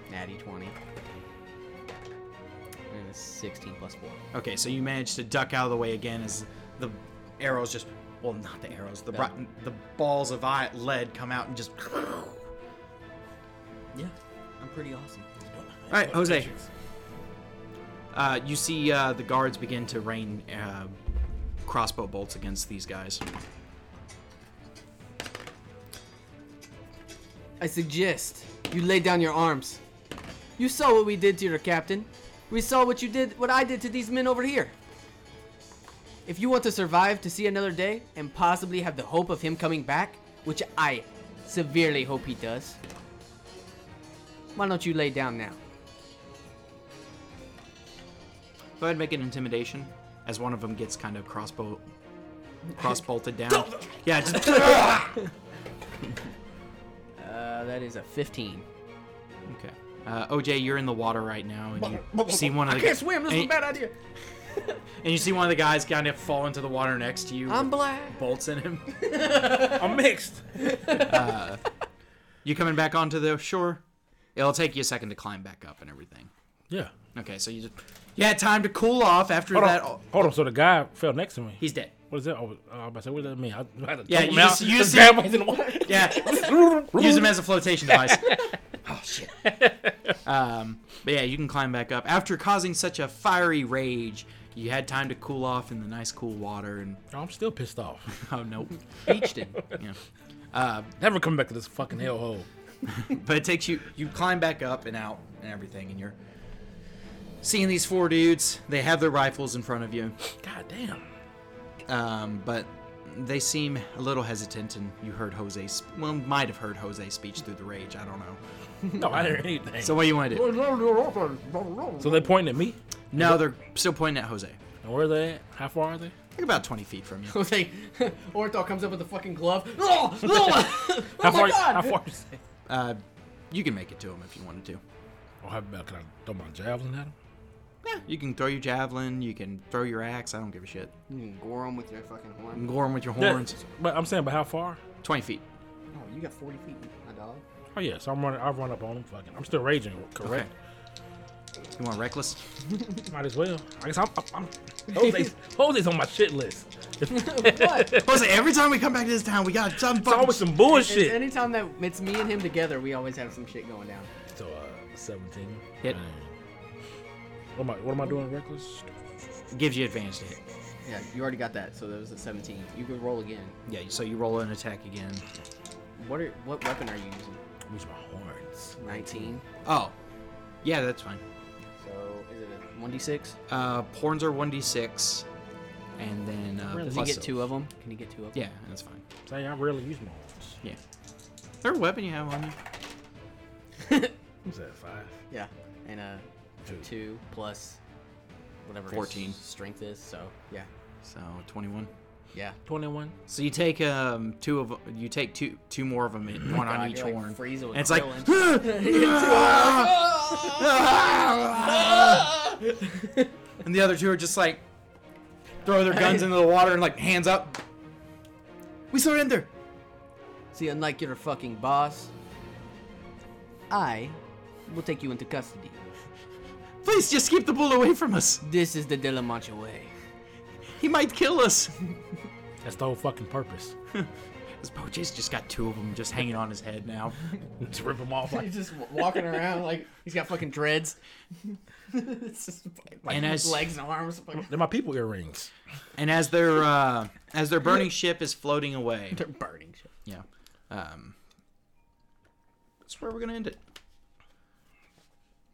Speaker 8: natty twenty. And it's sixteen plus four.
Speaker 2: Okay, so you manage to duck out of the way again as the arrows just well, not the arrows, the bri- the balls of i- lead come out and just. All
Speaker 3: Yeah, I'm pretty awesome.
Speaker 2: right, Jose. Uh, you see uh, the guards begin to rain uh, crossbow bolts against these guys.
Speaker 3: I suggest you lay down your arms. You saw what we did to your captain. We saw what you did, what I did to these men over here. If you want to survive to see another day and possibly have the hope of him coming back, which I severely hope he does, why don't you lay down now?
Speaker 2: Go ahead and make an intimidation as one of them gets kind of crossbow cross bolted down. yeah, just
Speaker 8: Uh, that is a fifteen.
Speaker 2: Okay. Uh, OJ, you're in the water right now, and you see one of the. I can't swim. This is a bad idea. and you see one of the guys kind of fall into the water next to you.
Speaker 3: I'm
Speaker 2: with
Speaker 3: black.
Speaker 2: bolts in him.
Speaker 4: I'm mixed.
Speaker 2: You coming back onto the shore? It'll take you a second to climb back up and everything.
Speaker 4: Yeah.
Speaker 2: Okay, so you just you had time to cool off after
Speaker 4: Hold
Speaker 2: that.
Speaker 4: on. Hold on. So the guy fell next to me.
Speaker 2: He's dead.
Speaker 4: What is that? Oh, uh, I'm about to say, what does that mean? I, I had to
Speaker 2: Yeah,
Speaker 4: choke
Speaker 2: you
Speaker 4: him
Speaker 2: just-
Speaker 4: out.
Speaker 2: you just-
Speaker 4: grab him, he's in the water.
Speaker 2: Yeah. Use him as a flotation device. oh shit. Um, but yeah, you can climb back up after causing such a fiery rage. You had time to cool off in the nice cool water, and
Speaker 4: I'm still pissed off.
Speaker 2: oh no,
Speaker 3: Beached him.
Speaker 2: yeah.
Speaker 4: Never come back to this fucking hellhole.
Speaker 2: but it takes you you climb back up and out and everything and you're seeing these four dudes they have their rifles in front of you
Speaker 4: God damn.
Speaker 2: um, but they seem a little hesitant and you heard jose's well might have heard jose's speech through the rage i don't know
Speaker 4: No, I didn't hear anything.
Speaker 2: so
Speaker 4: So,
Speaker 2: what do you want to do
Speaker 4: they pointing at me.
Speaker 2: no they're still pointing at jose
Speaker 4: And where are they at? How far are they?
Speaker 2: like about 20 feet from you
Speaker 3: Jose, Orthol comes up with a fucking glove. Oh, oh my
Speaker 4: How far?
Speaker 3: God.
Speaker 4: How far is they?
Speaker 2: uh, you can make it to him if you wanted to
Speaker 4: Oh, how about can I throw my javelin at him?
Speaker 2: yeah you can throw your javelin you can throw your axe i don't give a shit
Speaker 8: You can gore him with your fucking horn.
Speaker 2: you can gore him with your
Speaker 4: Yeah,
Speaker 2: horns
Speaker 4: But I'm saying, but how far?
Speaker 2: 20 feet
Speaker 8: Oh, you got forty feet, my dog.
Speaker 4: Oh yeah, so I'm running. I run up on him. Fucking, I'm still raging. Correct.
Speaker 2: you want reckless
Speaker 4: Might as well. I guess I'm. I'm, I'm Jose's, Jose's on my shit list.
Speaker 2: jose every time we come back to this town we got something
Speaker 4: It's always some
Speaker 2: Oh,
Speaker 8: It's
Speaker 4: bullshit.
Speaker 8: anytime that it's me and him together, we always have some shit going down.
Speaker 4: So uh, 17.
Speaker 2: Hit.
Speaker 4: And- What am I? What am I doing? Reckless.
Speaker 2: gives you advantage to hit.
Speaker 8: Yeah, you already got that, so that was a 17. You could roll again.
Speaker 2: Yeah, so you roll an attack again.
Speaker 8: What are, what weapon are you using?
Speaker 4: Use my horns.
Speaker 8: 19.
Speaker 2: Oh, yeah, that's fine.
Speaker 8: So is it a 1d6?
Speaker 2: Uh, horns are 1d6, and then uh,
Speaker 8: Does he
Speaker 2: plus
Speaker 8: get
Speaker 2: a-
Speaker 8: two of them? Can he get two of them?
Speaker 2: Yeah, that's fine.
Speaker 4: Say, I rarely use my horns.
Speaker 2: Yeah. Third weapon you have on you?
Speaker 4: What's that? Five.
Speaker 8: Yeah. And a
Speaker 4: Two.
Speaker 8: two plus whatever his
Speaker 2: 14.
Speaker 8: strength is. So yeah,
Speaker 2: So 21.
Speaker 8: yeah.
Speaker 4: 21. So
Speaker 2: So you take um two of you take two two more of them, one on
Speaker 8: God,
Speaker 2: each
Speaker 8: you're like
Speaker 2: horn.
Speaker 8: Frieza with
Speaker 2: and it's like and the other two are just like throw their guns into the water and like hands up. We surrender.
Speaker 3: See, unlike your fucking boss, I will take you into custody.
Speaker 2: Please just keep the bull away from us.
Speaker 3: This is the De La Mancha way.
Speaker 2: He might kill us.
Speaker 4: that's the whole fucking purpose.
Speaker 2: This Boja's just got two of them just hanging on his head now.
Speaker 4: Just rip them off. Like,
Speaker 3: He's just walking around like he's got fucking dreads.
Speaker 2: and as
Speaker 3: legs and arms. Fucking
Speaker 4: they're my people earrings.
Speaker 2: and as their uh, as their burning ship is floating away,
Speaker 3: burning shit.
Speaker 2: yeah, um, that's where we're gonna end it.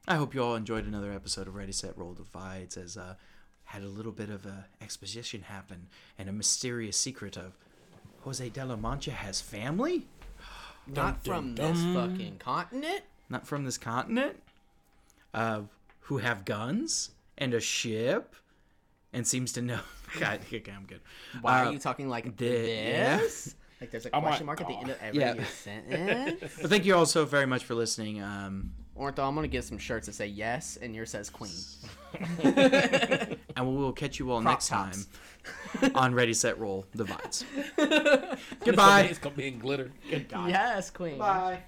Speaker 2: I hope you all enjoyed another episode of Ready Set Roll Divides as uh, had a little bit of a exposition happen and a mysterious secret of Jose de la Mancha has family?
Speaker 3: Not from this fucking continent.
Speaker 2: Not from this continent? Uh, who have guns and a ship and seems to know. God, okay, I'm good.
Speaker 3: Why
Speaker 2: Uh,
Speaker 3: are you talking like
Speaker 2: the- yeah. Oh
Speaker 3: this? Like there's a question mark at the end of every
Speaker 2: Yeah.
Speaker 3: new sentence.
Speaker 2: But thank you all so very much for listening. Um,
Speaker 3: Ortho, I'm gonna get some shirts that say yes, and yours says queen.
Speaker 2: and we will catch you all next
Speaker 3: tops.
Speaker 2: time on Ready Set Roll Divides. Goodbye.
Speaker 4: It's gonna be in glitter. Good God.
Speaker 3: Yes, queen.
Speaker 2: Bye.